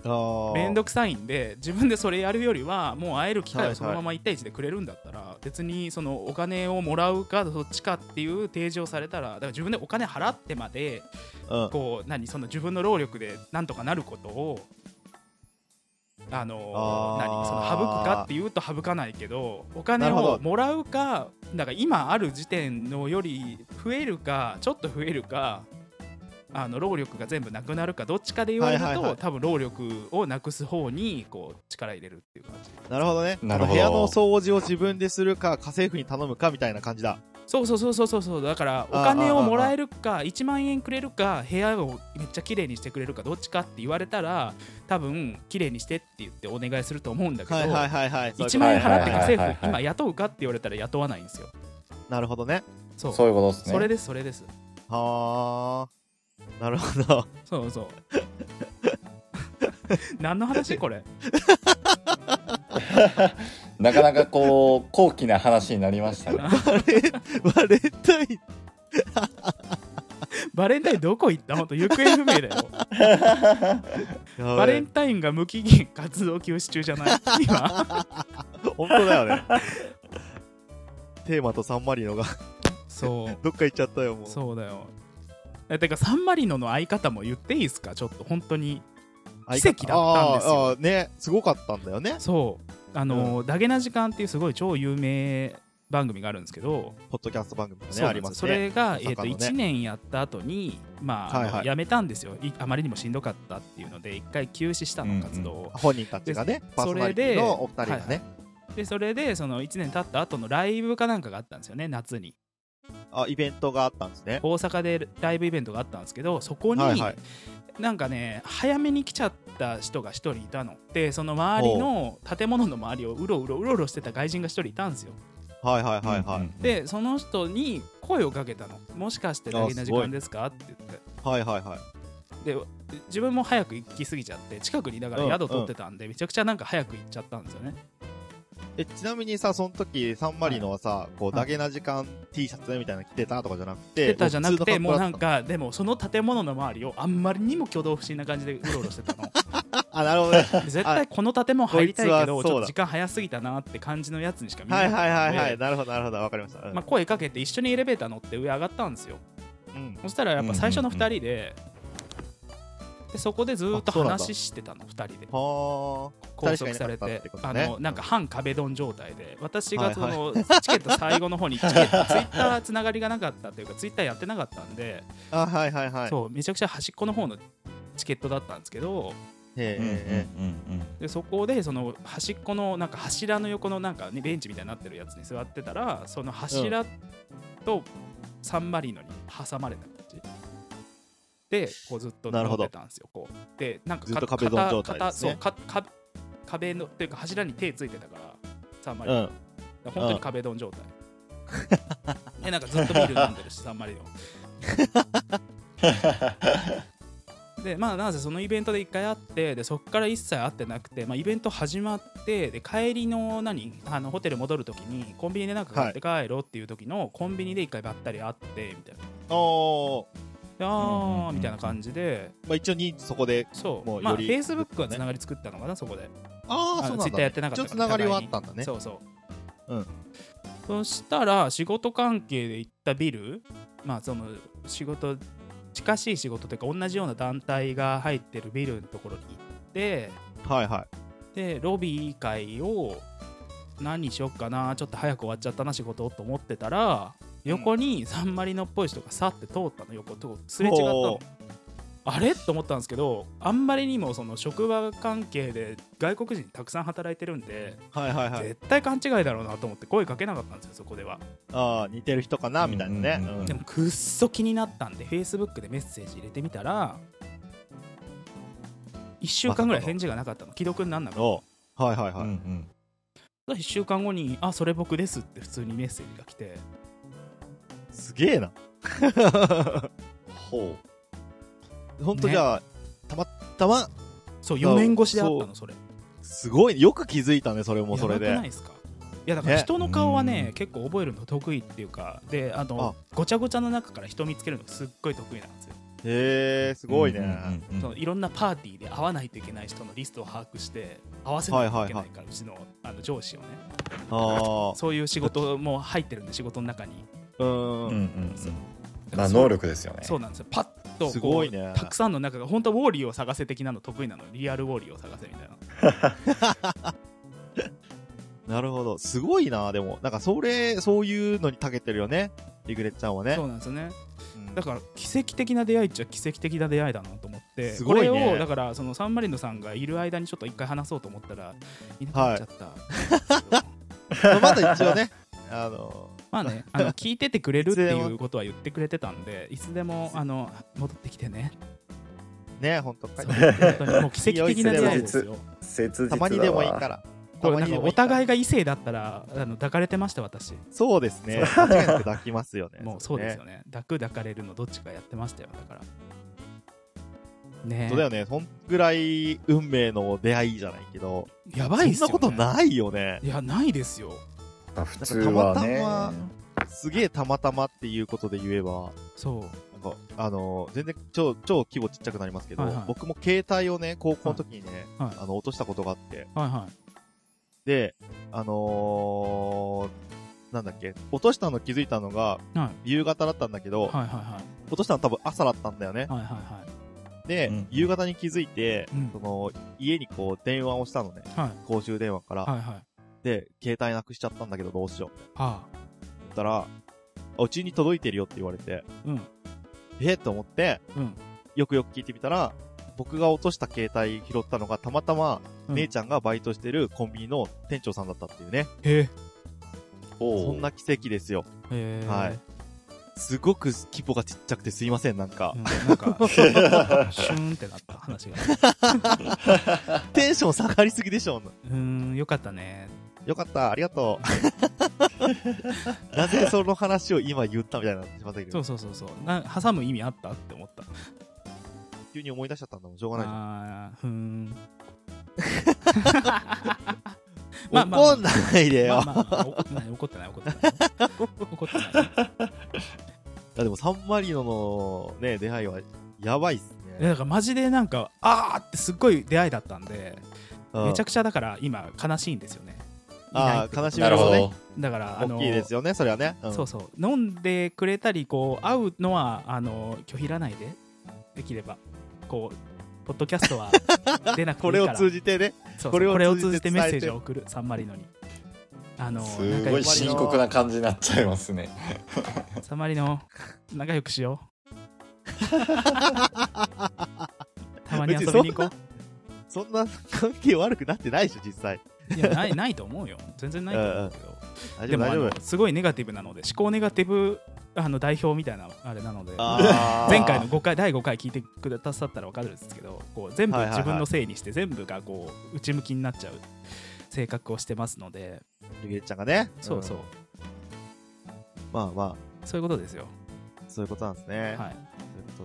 [SPEAKER 2] あー
[SPEAKER 1] 面倒くさいんで自分でそれやるよりはもう会える機
[SPEAKER 2] は
[SPEAKER 1] 会
[SPEAKER 2] いは
[SPEAKER 1] を
[SPEAKER 2] い
[SPEAKER 1] そのまま1対1でくれるんだったら、別にそのお金をもらうかどっちかっていう提示をされたらだから自分でお金払ってまで
[SPEAKER 2] うん。
[SPEAKER 1] こう何その自分の労力でなんとかなることをあの
[SPEAKER 2] あー
[SPEAKER 1] 何その省くかっていうと省かないけどお金
[SPEAKER 2] なるほ
[SPEAKER 1] を
[SPEAKER 2] ど
[SPEAKER 1] もらうかだから今ある時点のより増えるかちょっと増えるかあの労力が全部なくなるかどっちかで言われると、
[SPEAKER 2] はいはいはい
[SPEAKER 1] 多分労力をなくす方にこう力入れるっていう感じ
[SPEAKER 2] なるほどね。
[SPEAKER 3] なるほど
[SPEAKER 2] 部屋の掃除を自分でするか、家政婦に頼むかみたいな感じだ。
[SPEAKER 1] そうそうそうそうそうそうだからお
[SPEAKER 2] あー
[SPEAKER 1] 金をもらえるか1万円くれるか部屋をめっちゃ綺麗にしてくれるかどっちかって言われたら多分綺麗にしてって言ってお願いすると思うんだけど、
[SPEAKER 2] はいはいはいはい。
[SPEAKER 1] 1万円払って家
[SPEAKER 3] はいはいはいは
[SPEAKER 1] 政
[SPEAKER 3] い
[SPEAKER 1] 婦今雇うかって言われたら雇わないんですよ
[SPEAKER 2] なるほどね。
[SPEAKER 1] そう
[SPEAKER 3] そういうことですね。
[SPEAKER 1] それですそれです
[SPEAKER 2] はあ。なるほど。
[SPEAKER 1] そうそう 何の話これ
[SPEAKER 3] なかなかこう、高貴な話になりましたね。
[SPEAKER 2] バレンタイン。
[SPEAKER 1] バレンタインどこ行ったほんと行方不明だ よバレンタインが無期限活動休止中じゃない今
[SPEAKER 2] やべえ本当だよね。テーマとサンマリノが
[SPEAKER 1] そう
[SPEAKER 2] どっか行っちゃったよ、もう。
[SPEAKER 1] そうだよ。えてかサンマリノの相方も言っていいですかちょっと本当に奇跡だったんですよ
[SPEAKER 2] あーあーね、すごかったんだよね。
[SPEAKER 1] そうあの、ダゲな時間っていうすごい超有名番組があるんですけど、
[SPEAKER 2] ポッドキャスト番組も
[SPEAKER 1] そ
[SPEAKER 2] ね、
[SPEAKER 1] うな
[SPEAKER 2] あ
[SPEAKER 1] んです
[SPEAKER 2] り
[SPEAKER 1] よ
[SPEAKER 2] ます
[SPEAKER 1] そ
[SPEAKER 2] ね。
[SPEAKER 1] れが、えー、
[SPEAKER 2] 大
[SPEAKER 1] と
[SPEAKER 2] 阪のね
[SPEAKER 1] 1年やった後にまあ,あの、
[SPEAKER 2] はいはい
[SPEAKER 1] やめたんですよいあまりにもしんどかったっていうので一回休止した
[SPEAKER 3] うんう
[SPEAKER 1] の
[SPEAKER 3] ん
[SPEAKER 1] 活動を、
[SPEAKER 2] 本人たちがね、パー
[SPEAKER 1] そ
[SPEAKER 2] ソナ
[SPEAKER 1] れ
[SPEAKER 2] リ
[SPEAKER 1] で
[SPEAKER 2] ティのお二人がね、
[SPEAKER 1] でそれでその1年経った後のライブかなんかがあったんですよね夏に
[SPEAKER 2] あイベントがあったんですね。
[SPEAKER 1] 大阪でライブイベントがあったんですけどそこに、
[SPEAKER 2] はいはい
[SPEAKER 1] なんかね早めに来ちゃった人が1人いたのでその周りの建物の周りをうろうろうろうろしてた外人が1人いたんですよ
[SPEAKER 2] はいはいはいはい。
[SPEAKER 3] うんうんうん、
[SPEAKER 1] でその人に声をかけたの「もしかして大変な時間ですか?」って言って
[SPEAKER 2] はいはいはい。
[SPEAKER 1] で自分も早く行きすぎちゃって近くにだから宿取ってたんで、めちゃくちゃなんか早く行っちゃったんですよね
[SPEAKER 2] え、ちなみにさ、その時、サンマリノはさ、こう、ダゲな時間 T シャツみたいなの着てたとかじゃなくて、
[SPEAKER 1] 出たじゃなくてもう
[SPEAKER 2] 普
[SPEAKER 1] な
[SPEAKER 2] 通の
[SPEAKER 1] ん
[SPEAKER 2] 格好だっ
[SPEAKER 1] かでもその建物の周りをあんまりにも挙動不審な感じでうろうろしてたの
[SPEAKER 2] たの。あ、なるほどね。
[SPEAKER 1] で絶対この建物入りたい
[SPEAKER 2] こ
[SPEAKER 1] け
[SPEAKER 2] いつ
[SPEAKER 1] ど
[SPEAKER 2] は
[SPEAKER 1] ち
[SPEAKER 2] そうだ
[SPEAKER 1] ょっと時間早すぎたなって感じのやつにしか見えな
[SPEAKER 2] はいいはいはいは
[SPEAKER 1] で
[SPEAKER 2] い。なるほどなるほど。わかりました。うん
[SPEAKER 1] まあ、声かけて一緒にエレベーター乗って上上がったんですよ
[SPEAKER 2] うん。
[SPEAKER 1] そしたらやっぱ最初の2人で,、でそこでずーっと
[SPEAKER 2] あそうなんだ
[SPEAKER 1] 話してたの2人で
[SPEAKER 2] は
[SPEAKER 1] 拘束されて
[SPEAKER 2] 確かになかったってこと
[SPEAKER 1] あ
[SPEAKER 2] ね
[SPEAKER 1] のなんか半壁ドン状態で私
[SPEAKER 2] は
[SPEAKER 1] が
[SPEAKER 2] い
[SPEAKER 1] そ
[SPEAKER 2] はい
[SPEAKER 1] の、チケット最後の方にチケットツイッターつながりがなかったというかツイッターやってなかったんで、
[SPEAKER 2] あ。あ、はいはいはい。
[SPEAKER 1] そうめちゃくちゃ端っこの方のチケットだったんですけど
[SPEAKER 2] へ
[SPEAKER 3] うんうん
[SPEAKER 2] え。
[SPEAKER 3] うんうん
[SPEAKER 1] でそこでその端っこのなんか柱の横のなんか、ね、ベンチみたいになってるやつに座ってたらその柱とサンマリノに挟まれた感じでこうずっと
[SPEAKER 2] な
[SPEAKER 1] 乗
[SPEAKER 2] るほ
[SPEAKER 1] っ
[SPEAKER 2] ど
[SPEAKER 1] てたんですよこうでなんか
[SPEAKER 2] ずっと壁ドン状態
[SPEAKER 1] 片
[SPEAKER 2] ですね
[SPEAKER 1] 片そうかか壁のというか柱に手ついてたからサンマリ
[SPEAKER 2] う
[SPEAKER 1] ノ、
[SPEAKER 2] ん。
[SPEAKER 1] だから本当に壁ドン状 態、でなんかずっとビール飲んでるしサンマリノ でまあなぜそのイベントで一回会ってでそこから一切会ってなくて、まあ、イベント始まってで帰りの何あのホテル戻る時にコンビニでなんか買って帰ろうっていう時の、コンビニで一回ばったり会ってみたいな
[SPEAKER 2] おー。
[SPEAKER 1] で
[SPEAKER 3] うんうんう
[SPEAKER 1] あ
[SPEAKER 3] んう
[SPEAKER 1] あ
[SPEAKER 3] ん
[SPEAKER 1] みたいな感じで
[SPEAKER 2] まあ一応認知そこで。
[SPEAKER 1] そう
[SPEAKER 2] もう
[SPEAKER 1] まあ
[SPEAKER 2] よ
[SPEAKER 1] フ
[SPEAKER 2] り
[SPEAKER 1] ェイスブックはつながり作ったのかなそこで
[SPEAKER 2] ああ、そうなんだ。
[SPEAKER 1] ツイッターやってなかった
[SPEAKER 2] 一応
[SPEAKER 1] か
[SPEAKER 2] つ
[SPEAKER 1] ら
[SPEAKER 2] ながりはあったんだね。
[SPEAKER 1] そうそう
[SPEAKER 2] うん
[SPEAKER 1] そしたら仕事関係で行ったビルまあその仕事近しい仕事というか同じような団体が入ってるビルのところに行って
[SPEAKER 2] はいはい。
[SPEAKER 1] でロビー会を何しよっかなちょっと早く終わっちゃったな仕事と思ってたら横にサンマリノっぽい人がさって通ったの横とすれ違ったのあれと思ったんですけどあんまりにもその職場関係で外国人たくさん働いてるんで、
[SPEAKER 2] はいはいはい。
[SPEAKER 1] 絶対勘違いだろうなと思って声かけなかったんですよそこでは
[SPEAKER 2] ああ、似てる人かなみたいなね。
[SPEAKER 3] うんうんうん
[SPEAKER 2] うん
[SPEAKER 1] でもくっそ気になったんで Facebook でメッセージ入れてみたら1週間ぐらい返事がなかったの既読になんなかっ
[SPEAKER 2] おうはいはいは
[SPEAKER 3] う
[SPEAKER 2] い。
[SPEAKER 3] ん
[SPEAKER 1] た1週間後に「あそれ僕です」って普通にメッセージが来て
[SPEAKER 2] すげえな。
[SPEAKER 3] うん。ほ
[SPEAKER 2] ほんとじゃあ、たまたま、
[SPEAKER 1] そう
[SPEAKER 2] だか
[SPEAKER 1] 4
[SPEAKER 2] ら
[SPEAKER 1] 年越しであった
[SPEAKER 2] そ
[SPEAKER 1] のそれ
[SPEAKER 2] すごい、よく気づいたね、それも
[SPEAKER 1] や
[SPEAKER 2] それ
[SPEAKER 1] ばく
[SPEAKER 2] で
[SPEAKER 1] ない。ですかいやだから
[SPEAKER 2] ね
[SPEAKER 1] 人の顔はね
[SPEAKER 3] うん
[SPEAKER 1] 結構覚えるの得意っていうかであのごちゃごちゃの中から人見つけるのすっごい得意なんですよ、
[SPEAKER 2] へえ、す
[SPEAKER 3] う。
[SPEAKER 2] ごいね。
[SPEAKER 3] うんうん
[SPEAKER 1] そ
[SPEAKER 3] うん
[SPEAKER 1] のいろんなパーティーで会わないといけない人のリストを把握して会わせないといけないから、うちのあの上司をね
[SPEAKER 2] ああ、
[SPEAKER 1] そういう仕 事も入ってるんで仕事の中に
[SPEAKER 2] うー。
[SPEAKER 3] うんんうん
[SPEAKER 1] そう
[SPEAKER 3] うん。まあ能力ですよね。
[SPEAKER 1] そうなんですよパッとこう
[SPEAKER 2] すごいね
[SPEAKER 1] たくさんの中が本当はウォーリーを探せ的なの得意なのリアルウォーリーを探せみたいな
[SPEAKER 2] なるほど。すごいな、でも。なんか、それ、そういうのに長けてるよね。リグレッちゃんはね
[SPEAKER 1] そ。うなんですよね
[SPEAKER 2] うん
[SPEAKER 1] だから奇跡的な出会いっちゃ奇跡的な出会いだなと思って、
[SPEAKER 2] す
[SPEAKER 1] こ
[SPEAKER 2] ごいね
[SPEAKER 1] れをだからそのサンマリノさんがいる間にちょっと一回話そうと思ったらいなくなっちゃった、
[SPEAKER 2] まだ一応ね、 あの、
[SPEAKER 1] まあね あの聞いててくれるっていうことは言ってくれてたんでいつでもあの戻ってきてね
[SPEAKER 2] ね、ほんと、帰って
[SPEAKER 1] 本当にもう奇跡的な出会いです よ
[SPEAKER 4] 切実だ
[SPEAKER 2] た
[SPEAKER 4] わ
[SPEAKER 2] まにでもいいから。
[SPEAKER 1] これなんかお互い
[SPEAKER 2] い。
[SPEAKER 1] が異性だったらあの抱かれてました私
[SPEAKER 2] そうですね。間違いなく抱きますよね。
[SPEAKER 1] もうそうですよね。抱く抱かれるのどっちかやってましたよ。だから。ね
[SPEAKER 2] そうだよね。そんぐらい運命の出会いじゃないけど、
[SPEAKER 1] やばいっす
[SPEAKER 2] そ
[SPEAKER 1] よ、
[SPEAKER 2] ん
[SPEAKER 1] ね。
[SPEAKER 2] なことないよね。
[SPEAKER 1] いや、ないですよ。
[SPEAKER 4] まあ普通はね
[SPEAKER 2] なんかたまたますげえたまたまっていうことで言えば、
[SPEAKER 1] そ
[SPEAKER 2] なんか、あのー全然超、超規模ちっちゃくなりますけど、
[SPEAKER 1] はいはい
[SPEAKER 2] 僕も携帯をね、高校の時にね、
[SPEAKER 1] はいはい
[SPEAKER 2] あの、落としたことがあって、
[SPEAKER 1] う。はいは
[SPEAKER 2] で、あのーなんだっけ、落としたの気づいたのが、
[SPEAKER 1] い。はい。
[SPEAKER 2] 夕方だったんだけ
[SPEAKER 1] は
[SPEAKER 2] ど、
[SPEAKER 1] いはいはい。
[SPEAKER 2] 落としたの多分朝だったんだよね。
[SPEAKER 1] はいはいはい。
[SPEAKER 2] で、
[SPEAKER 3] うん
[SPEAKER 2] 夕方に気づいて、
[SPEAKER 1] うん
[SPEAKER 2] その、家にこう、電話をしたのね。
[SPEAKER 1] はい。
[SPEAKER 2] 公衆電話から。
[SPEAKER 1] はいはい。は
[SPEAKER 2] で、携帯なくしちゃったんだけどどうしよう。
[SPEAKER 1] あ。
[SPEAKER 2] 言ったら、あうちに届いてるよって言われて、
[SPEAKER 1] うん。
[SPEAKER 2] えっと思って、
[SPEAKER 1] うん。
[SPEAKER 2] よくよく聞いてみたら、僕が落とした携帯拾ったのが、たまたま、
[SPEAKER 1] うん
[SPEAKER 2] 姉ちゃんがバイトしてるコンビニの店長さんだったっていうね。
[SPEAKER 1] へえ。
[SPEAKER 3] ほ
[SPEAKER 2] そ
[SPEAKER 3] う
[SPEAKER 2] んな奇跡ですよ。
[SPEAKER 1] へえ。
[SPEAKER 2] はいすごく規模がちっちゃくてすいません、なんか
[SPEAKER 1] う。んなんか、シューンってなった話が。
[SPEAKER 2] テンション下がりすぎでしょ。
[SPEAKER 1] うーん、よかったね。
[SPEAKER 2] よかった、ありがと う。なぜその話を今言ったみたいになってしまったけ
[SPEAKER 1] そ
[SPEAKER 2] ど
[SPEAKER 1] う、そうそうそう。な挟む意味あったって思った。
[SPEAKER 2] 急に思い出しちゃったんだもん、しょうがないじゃん。
[SPEAKER 1] あーふー ん。まあまあ
[SPEAKER 2] 怒んないで
[SPEAKER 1] ま
[SPEAKER 2] よ
[SPEAKER 1] あ。まあまあ怒ってない怒ってない怒ってない怒ってない
[SPEAKER 2] いやでもサンマリノのね、出会いはやばいっす
[SPEAKER 1] いや
[SPEAKER 2] ね。
[SPEAKER 1] だからマジでなんかあーってすっごい出会いだったんでめちゃ
[SPEAKER 2] くち
[SPEAKER 1] くちゃだから今悲しいんですよね
[SPEAKER 2] あー
[SPEAKER 1] いないってこと
[SPEAKER 2] 悲しみ
[SPEAKER 3] なるほ
[SPEAKER 2] なるほ
[SPEAKER 3] ど。
[SPEAKER 1] だからあ
[SPEAKER 2] 大
[SPEAKER 1] の
[SPEAKER 2] きいですよね、それはね。うん
[SPEAKER 1] そうそう飲んでくれたりこう会うのはあの拒否らないでできればこうポッドキャス トは出なくてい
[SPEAKER 2] こ
[SPEAKER 1] い
[SPEAKER 2] れ
[SPEAKER 1] から
[SPEAKER 2] を通じてね。
[SPEAKER 1] そうそう
[SPEAKER 2] これを
[SPEAKER 1] これを
[SPEAKER 2] 通
[SPEAKER 1] 通
[SPEAKER 2] じ
[SPEAKER 1] じて
[SPEAKER 2] て伝
[SPEAKER 1] メ
[SPEAKER 2] えて
[SPEAKER 1] ッセージを送るサンマリノにあの
[SPEAKER 3] す
[SPEAKER 1] 仲
[SPEAKER 3] ご
[SPEAKER 1] 良
[SPEAKER 3] い
[SPEAKER 1] くし
[SPEAKER 3] 深
[SPEAKER 1] よ
[SPEAKER 3] 刻な感じになっちゃいますね。
[SPEAKER 1] うサンマリノ仲良くし ようたまに遊びに行こう
[SPEAKER 2] そんな関係悪くなってないでしょ、実際。
[SPEAKER 1] いやないないと思うよ全然ないと思うけど、
[SPEAKER 2] 大
[SPEAKER 1] で
[SPEAKER 2] 丈夫、
[SPEAKER 1] も
[SPEAKER 2] 大
[SPEAKER 1] あ
[SPEAKER 2] 丈
[SPEAKER 1] の
[SPEAKER 2] 夫。
[SPEAKER 1] すごいネガティブなので思考ネガティブあの代表みたいなあれなので
[SPEAKER 2] あー
[SPEAKER 1] 前回の5回第5回聞いてくださったら分かるんですけどこう全部
[SPEAKER 2] はいはいはい
[SPEAKER 1] 自分のせいにして全部がこう内向きになっちゃう性格をしてますので
[SPEAKER 2] ゆげちゃんがね。
[SPEAKER 1] そうそう、
[SPEAKER 2] んまあま
[SPEAKER 1] そういうことですよ、
[SPEAKER 2] あ、そういうことなんです
[SPEAKER 1] は
[SPEAKER 2] ね。
[SPEAKER 1] い、
[SPEAKER 2] ということ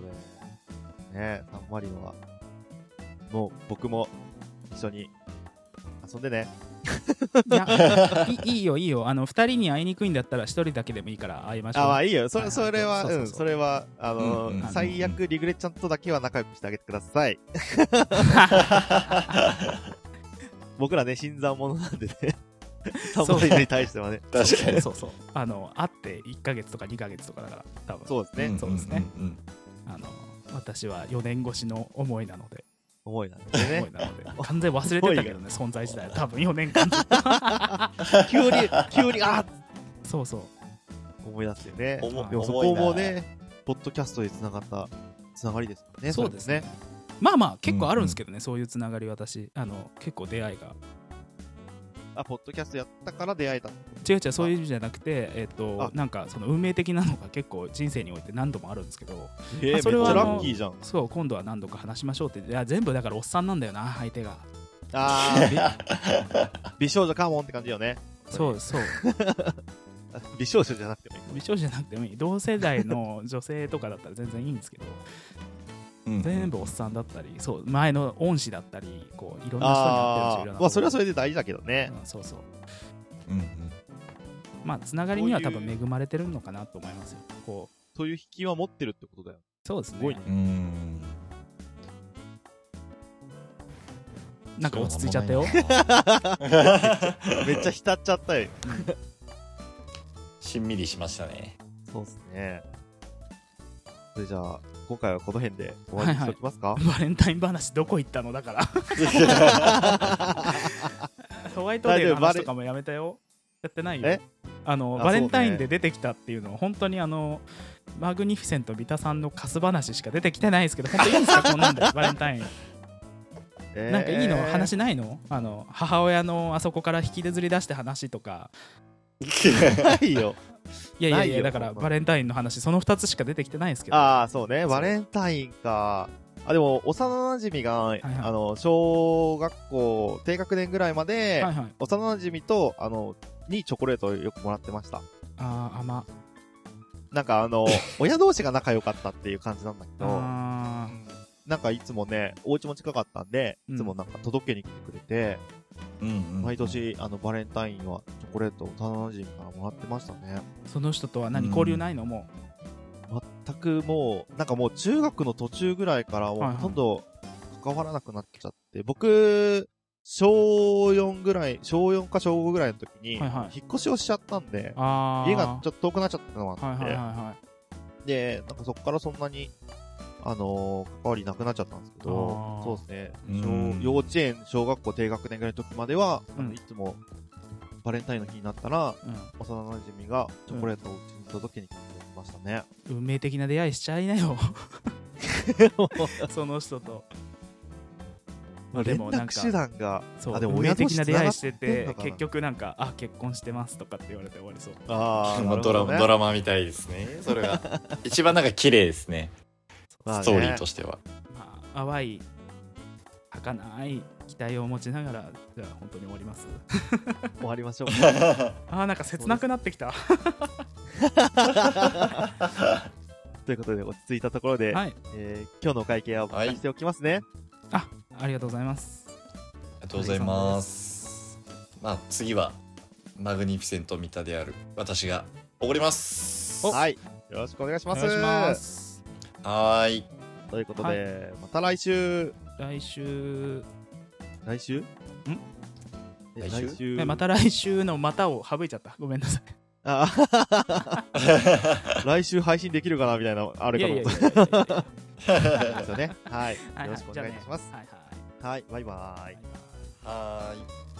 [SPEAKER 2] で、ね、サンマリノは、もう僕も一緒に遊んでね。
[SPEAKER 1] いやい いいいよいいよあの2人に会いにくいんだったら1人だけでもいいから会いましょう
[SPEAKER 2] あ、まあいいよ。そ
[SPEAKER 1] はいは
[SPEAKER 2] れ、
[SPEAKER 1] い
[SPEAKER 2] それは、、
[SPEAKER 1] そうそううんそう
[SPEAKER 2] それは、あの
[SPEAKER 3] うんうんうんう
[SPEAKER 2] ー、
[SPEAKER 3] ん
[SPEAKER 2] 最悪リグレちゃんとだけは仲良くしてあげてください。僕らね、新参者なんでね。サンマリノに対してはね。
[SPEAKER 3] 確かに。
[SPEAKER 1] そうそうあの会って1ヶ月とか2ヶ月とかだから多分
[SPEAKER 2] そうですね。
[SPEAKER 1] そうですね
[SPEAKER 3] うんうんうん。
[SPEAKER 1] あの私は4年越しの思いなので
[SPEAKER 2] 思いなんでね
[SPEAKER 1] 思い。なので完全に忘れてたけどね存在自体多分4年間
[SPEAKER 2] 急に、急に、あーっ
[SPEAKER 1] そうそう
[SPEAKER 2] 思い出すよね。
[SPEAKER 3] 重
[SPEAKER 2] でもそ
[SPEAKER 3] 重
[SPEAKER 2] こ
[SPEAKER 3] いな
[SPEAKER 2] もね、ポッドキャストで繋がったつながりですからね。
[SPEAKER 1] そうですね。まあまあ結構あるんですけどね、そういうつながり私あの結構出会いが
[SPEAKER 2] それもね。あ、ポッドキャストやったから出会えた。
[SPEAKER 1] 違う違うそういう意味じゃなくてえっ、と
[SPEAKER 2] あ
[SPEAKER 1] なんかその運命的なのが結構人生において何度もあるんですけど
[SPEAKER 2] え
[SPEAKER 1] まあ
[SPEAKER 2] ー、
[SPEAKER 1] それ
[SPEAKER 2] めっ
[SPEAKER 1] は
[SPEAKER 2] ちゃ
[SPEAKER 1] あの
[SPEAKER 2] ラッキーじゃん。
[SPEAKER 1] そう今度は何度か話しましょうっていや全部だからおっさんなんだよな相手が
[SPEAKER 2] あー 美少女カモンって感じよね。
[SPEAKER 1] そうそう
[SPEAKER 2] あ美少女じゃなくてもいい。
[SPEAKER 1] 美少女じゃなくてもいい同世代の女性とかだったら全然いいんですけど
[SPEAKER 3] うん
[SPEAKER 1] 全部おっさんだったりそう前の恩師だったりこういろんな人に会ってるしいろん
[SPEAKER 2] ああ
[SPEAKER 1] な
[SPEAKER 2] ー、まあそれはそ
[SPEAKER 1] れ
[SPEAKER 2] れで大事だけどね。
[SPEAKER 1] そうそう
[SPEAKER 3] うんうん
[SPEAKER 1] まあつながりには多分
[SPEAKER 2] そう
[SPEAKER 1] 恵
[SPEAKER 2] いう
[SPEAKER 1] まれてるのかなと思いますよこう
[SPEAKER 2] そういう引きは持ってるってことだよ。
[SPEAKER 1] そうですね
[SPEAKER 2] すごいね
[SPEAKER 3] うん
[SPEAKER 1] なんか落ち着いちゃったよ
[SPEAKER 3] そうだな
[SPEAKER 2] めっちゃ浸っちゃったよ。
[SPEAKER 3] しんみりしましたね
[SPEAKER 2] そうですね。それじゃあ、今回はこの辺で終わりにしておきますか、
[SPEAKER 1] バレンタイン話どこ行ったのだから ホワイトデーの話とかもやめたよやってないよ
[SPEAKER 2] え
[SPEAKER 1] あの
[SPEAKER 2] あ
[SPEAKER 1] バレンタイ
[SPEAKER 2] そう
[SPEAKER 1] ン
[SPEAKER 2] ね
[SPEAKER 1] で出てきたっていうのは本当にあのマグニフィセント三田さんのカス話しか出てきてないですけど本当いいんですかこんなんでバレンタイン
[SPEAKER 2] えー
[SPEAKER 1] なんかいいの話ないのあの母親のあそこから引きずり出して話とか
[SPEAKER 2] ない よ。
[SPEAKER 1] いやいやい
[SPEAKER 2] ない
[SPEAKER 1] や
[SPEAKER 2] よ
[SPEAKER 1] だからバレンタインの話その2つしか出てきてないですけど
[SPEAKER 2] ああ、そうね。
[SPEAKER 1] う
[SPEAKER 2] バレンタインか。あ、でも、幼馴染みが、
[SPEAKER 1] はい
[SPEAKER 2] あの、小学校低学年ぐらいまで、
[SPEAKER 1] はいはい
[SPEAKER 2] 幼馴染みと、あの、にチョコレートをよくもらってました。
[SPEAKER 1] あー甘
[SPEAKER 2] なんかあの、親同士が仲良かったっていう感じなんだけど、
[SPEAKER 1] あ
[SPEAKER 2] なんかいつもね、お家も近かったんで、いつもなんか届けに来てくれて、
[SPEAKER 3] うんうん
[SPEAKER 2] 毎年、あの、バレンタインはチョコレートを幼馴染みからもらってましたね。
[SPEAKER 1] ーその人とは何交流ないのもう
[SPEAKER 2] 全くもう、なんかもう中学の途中ぐらいからもう
[SPEAKER 1] はいはい
[SPEAKER 2] ほとんど関わらなくなっちゃって、僕、小4ぐらい、小4か小5ぐらいの時に、
[SPEAKER 1] はいはい
[SPEAKER 2] 引っ越しをしちゃったんで、
[SPEAKER 1] ああ
[SPEAKER 2] 家がちょっと遠くなっちゃったのもあって、
[SPEAKER 1] はいはいはいはい
[SPEAKER 2] で、なんかそこからそんなに、あのー関わりなくなっちゃったんですけど
[SPEAKER 1] あ、ー
[SPEAKER 2] そうです
[SPEAKER 3] う
[SPEAKER 2] ね
[SPEAKER 3] ん
[SPEAKER 2] 小。幼稚園、小学校低学年ぐらいの時までは、あの
[SPEAKER 1] うん
[SPEAKER 2] いつもバレンタインの日になったら、
[SPEAKER 1] う
[SPEAKER 2] 幼馴染がチョコレートをうちに届けに来てくれましたね。
[SPEAKER 1] ん、運命的な出会いしちゃいな よその人とまあで
[SPEAKER 2] 連
[SPEAKER 1] もなんか
[SPEAKER 2] 絡手段が、
[SPEAKER 1] そう
[SPEAKER 2] あでも
[SPEAKER 1] 運命的な出会い
[SPEAKER 2] 親同
[SPEAKER 1] して
[SPEAKER 2] 士繋がってん
[SPEAKER 1] て
[SPEAKER 2] のかな
[SPEAKER 1] 結局なんかあ結婚してますとかって言われて終わりそう
[SPEAKER 2] あー
[SPEAKER 3] まあ
[SPEAKER 2] なる
[SPEAKER 3] ド
[SPEAKER 2] ほ
[SPEAKER 3] ラ
[SPEAKER 2] どね
[SPEAKER 3] マドラマみたいですねそれが一番なんか綺麗ですね
[SPEAKER 2] まあね
[SPEAKER 3] ストーリーとしては
[SPEAKER 1] まあ淡い儚い期待を持ちながらじゃあ本当に終わります
[SPEAKER 2] 終わりましょうか。
[SPEAKER 1] あーなんか切なくなってきた
[SPEAKER 2] ということで、落ち着いたところで、
[SPEAKER 1] はい
[SPEAKER 2] えー今日のお会計は僕がしておきますね。
[SPEAKER 1] あありがとうございます
[SPEAKER 3] ありがとうございます。まあ次はマグニフィセント三田である私がおごります。。
[SPEAKER 2] はいい。よろしくお願いし
[SPEAKER 1] お
[SPEAKER 2] ます。
[SPEAKER 1] 願いします
[SPEAKER 3] はーい。
[SPEAKER 2] ということで、また来週。
[SPEAKER 1] 来週
[SPEAKER 2] 来週んえ
[SPEAKER 3] 来週
[SPEAKER 2] 来週
[SPEAKER 1] えまた来週のまたを省いちゃったごめんなさい
[SPEAKER 2] あ 来週配信できるかなみたいな、あれ
[SPEAKER 1] い
[SPEAKER 2] か
[SPEAKER 1] やい
[SPEAKER 2] と
[SPEAKER 1] やい
[SPEAKER 2] 思っ
[SPEAKER 1] や
[SPEAKER 2] た
[SPEAKER 1] いやいやいや
[SPEAKER 2] んですよね。はい。
[SPEAKER 1] は
[SPEAKER 2] よろしくお願いい
[SPEAKER 1] じゃ
[SPEAKER 2] た
[SPEAKER 1] あね
[SPEAKER 2] します。
[SPEAKER 1] はいはい
[SPEAKER 2] はい、バイバーイ。
[SPEAKER 3] はーい。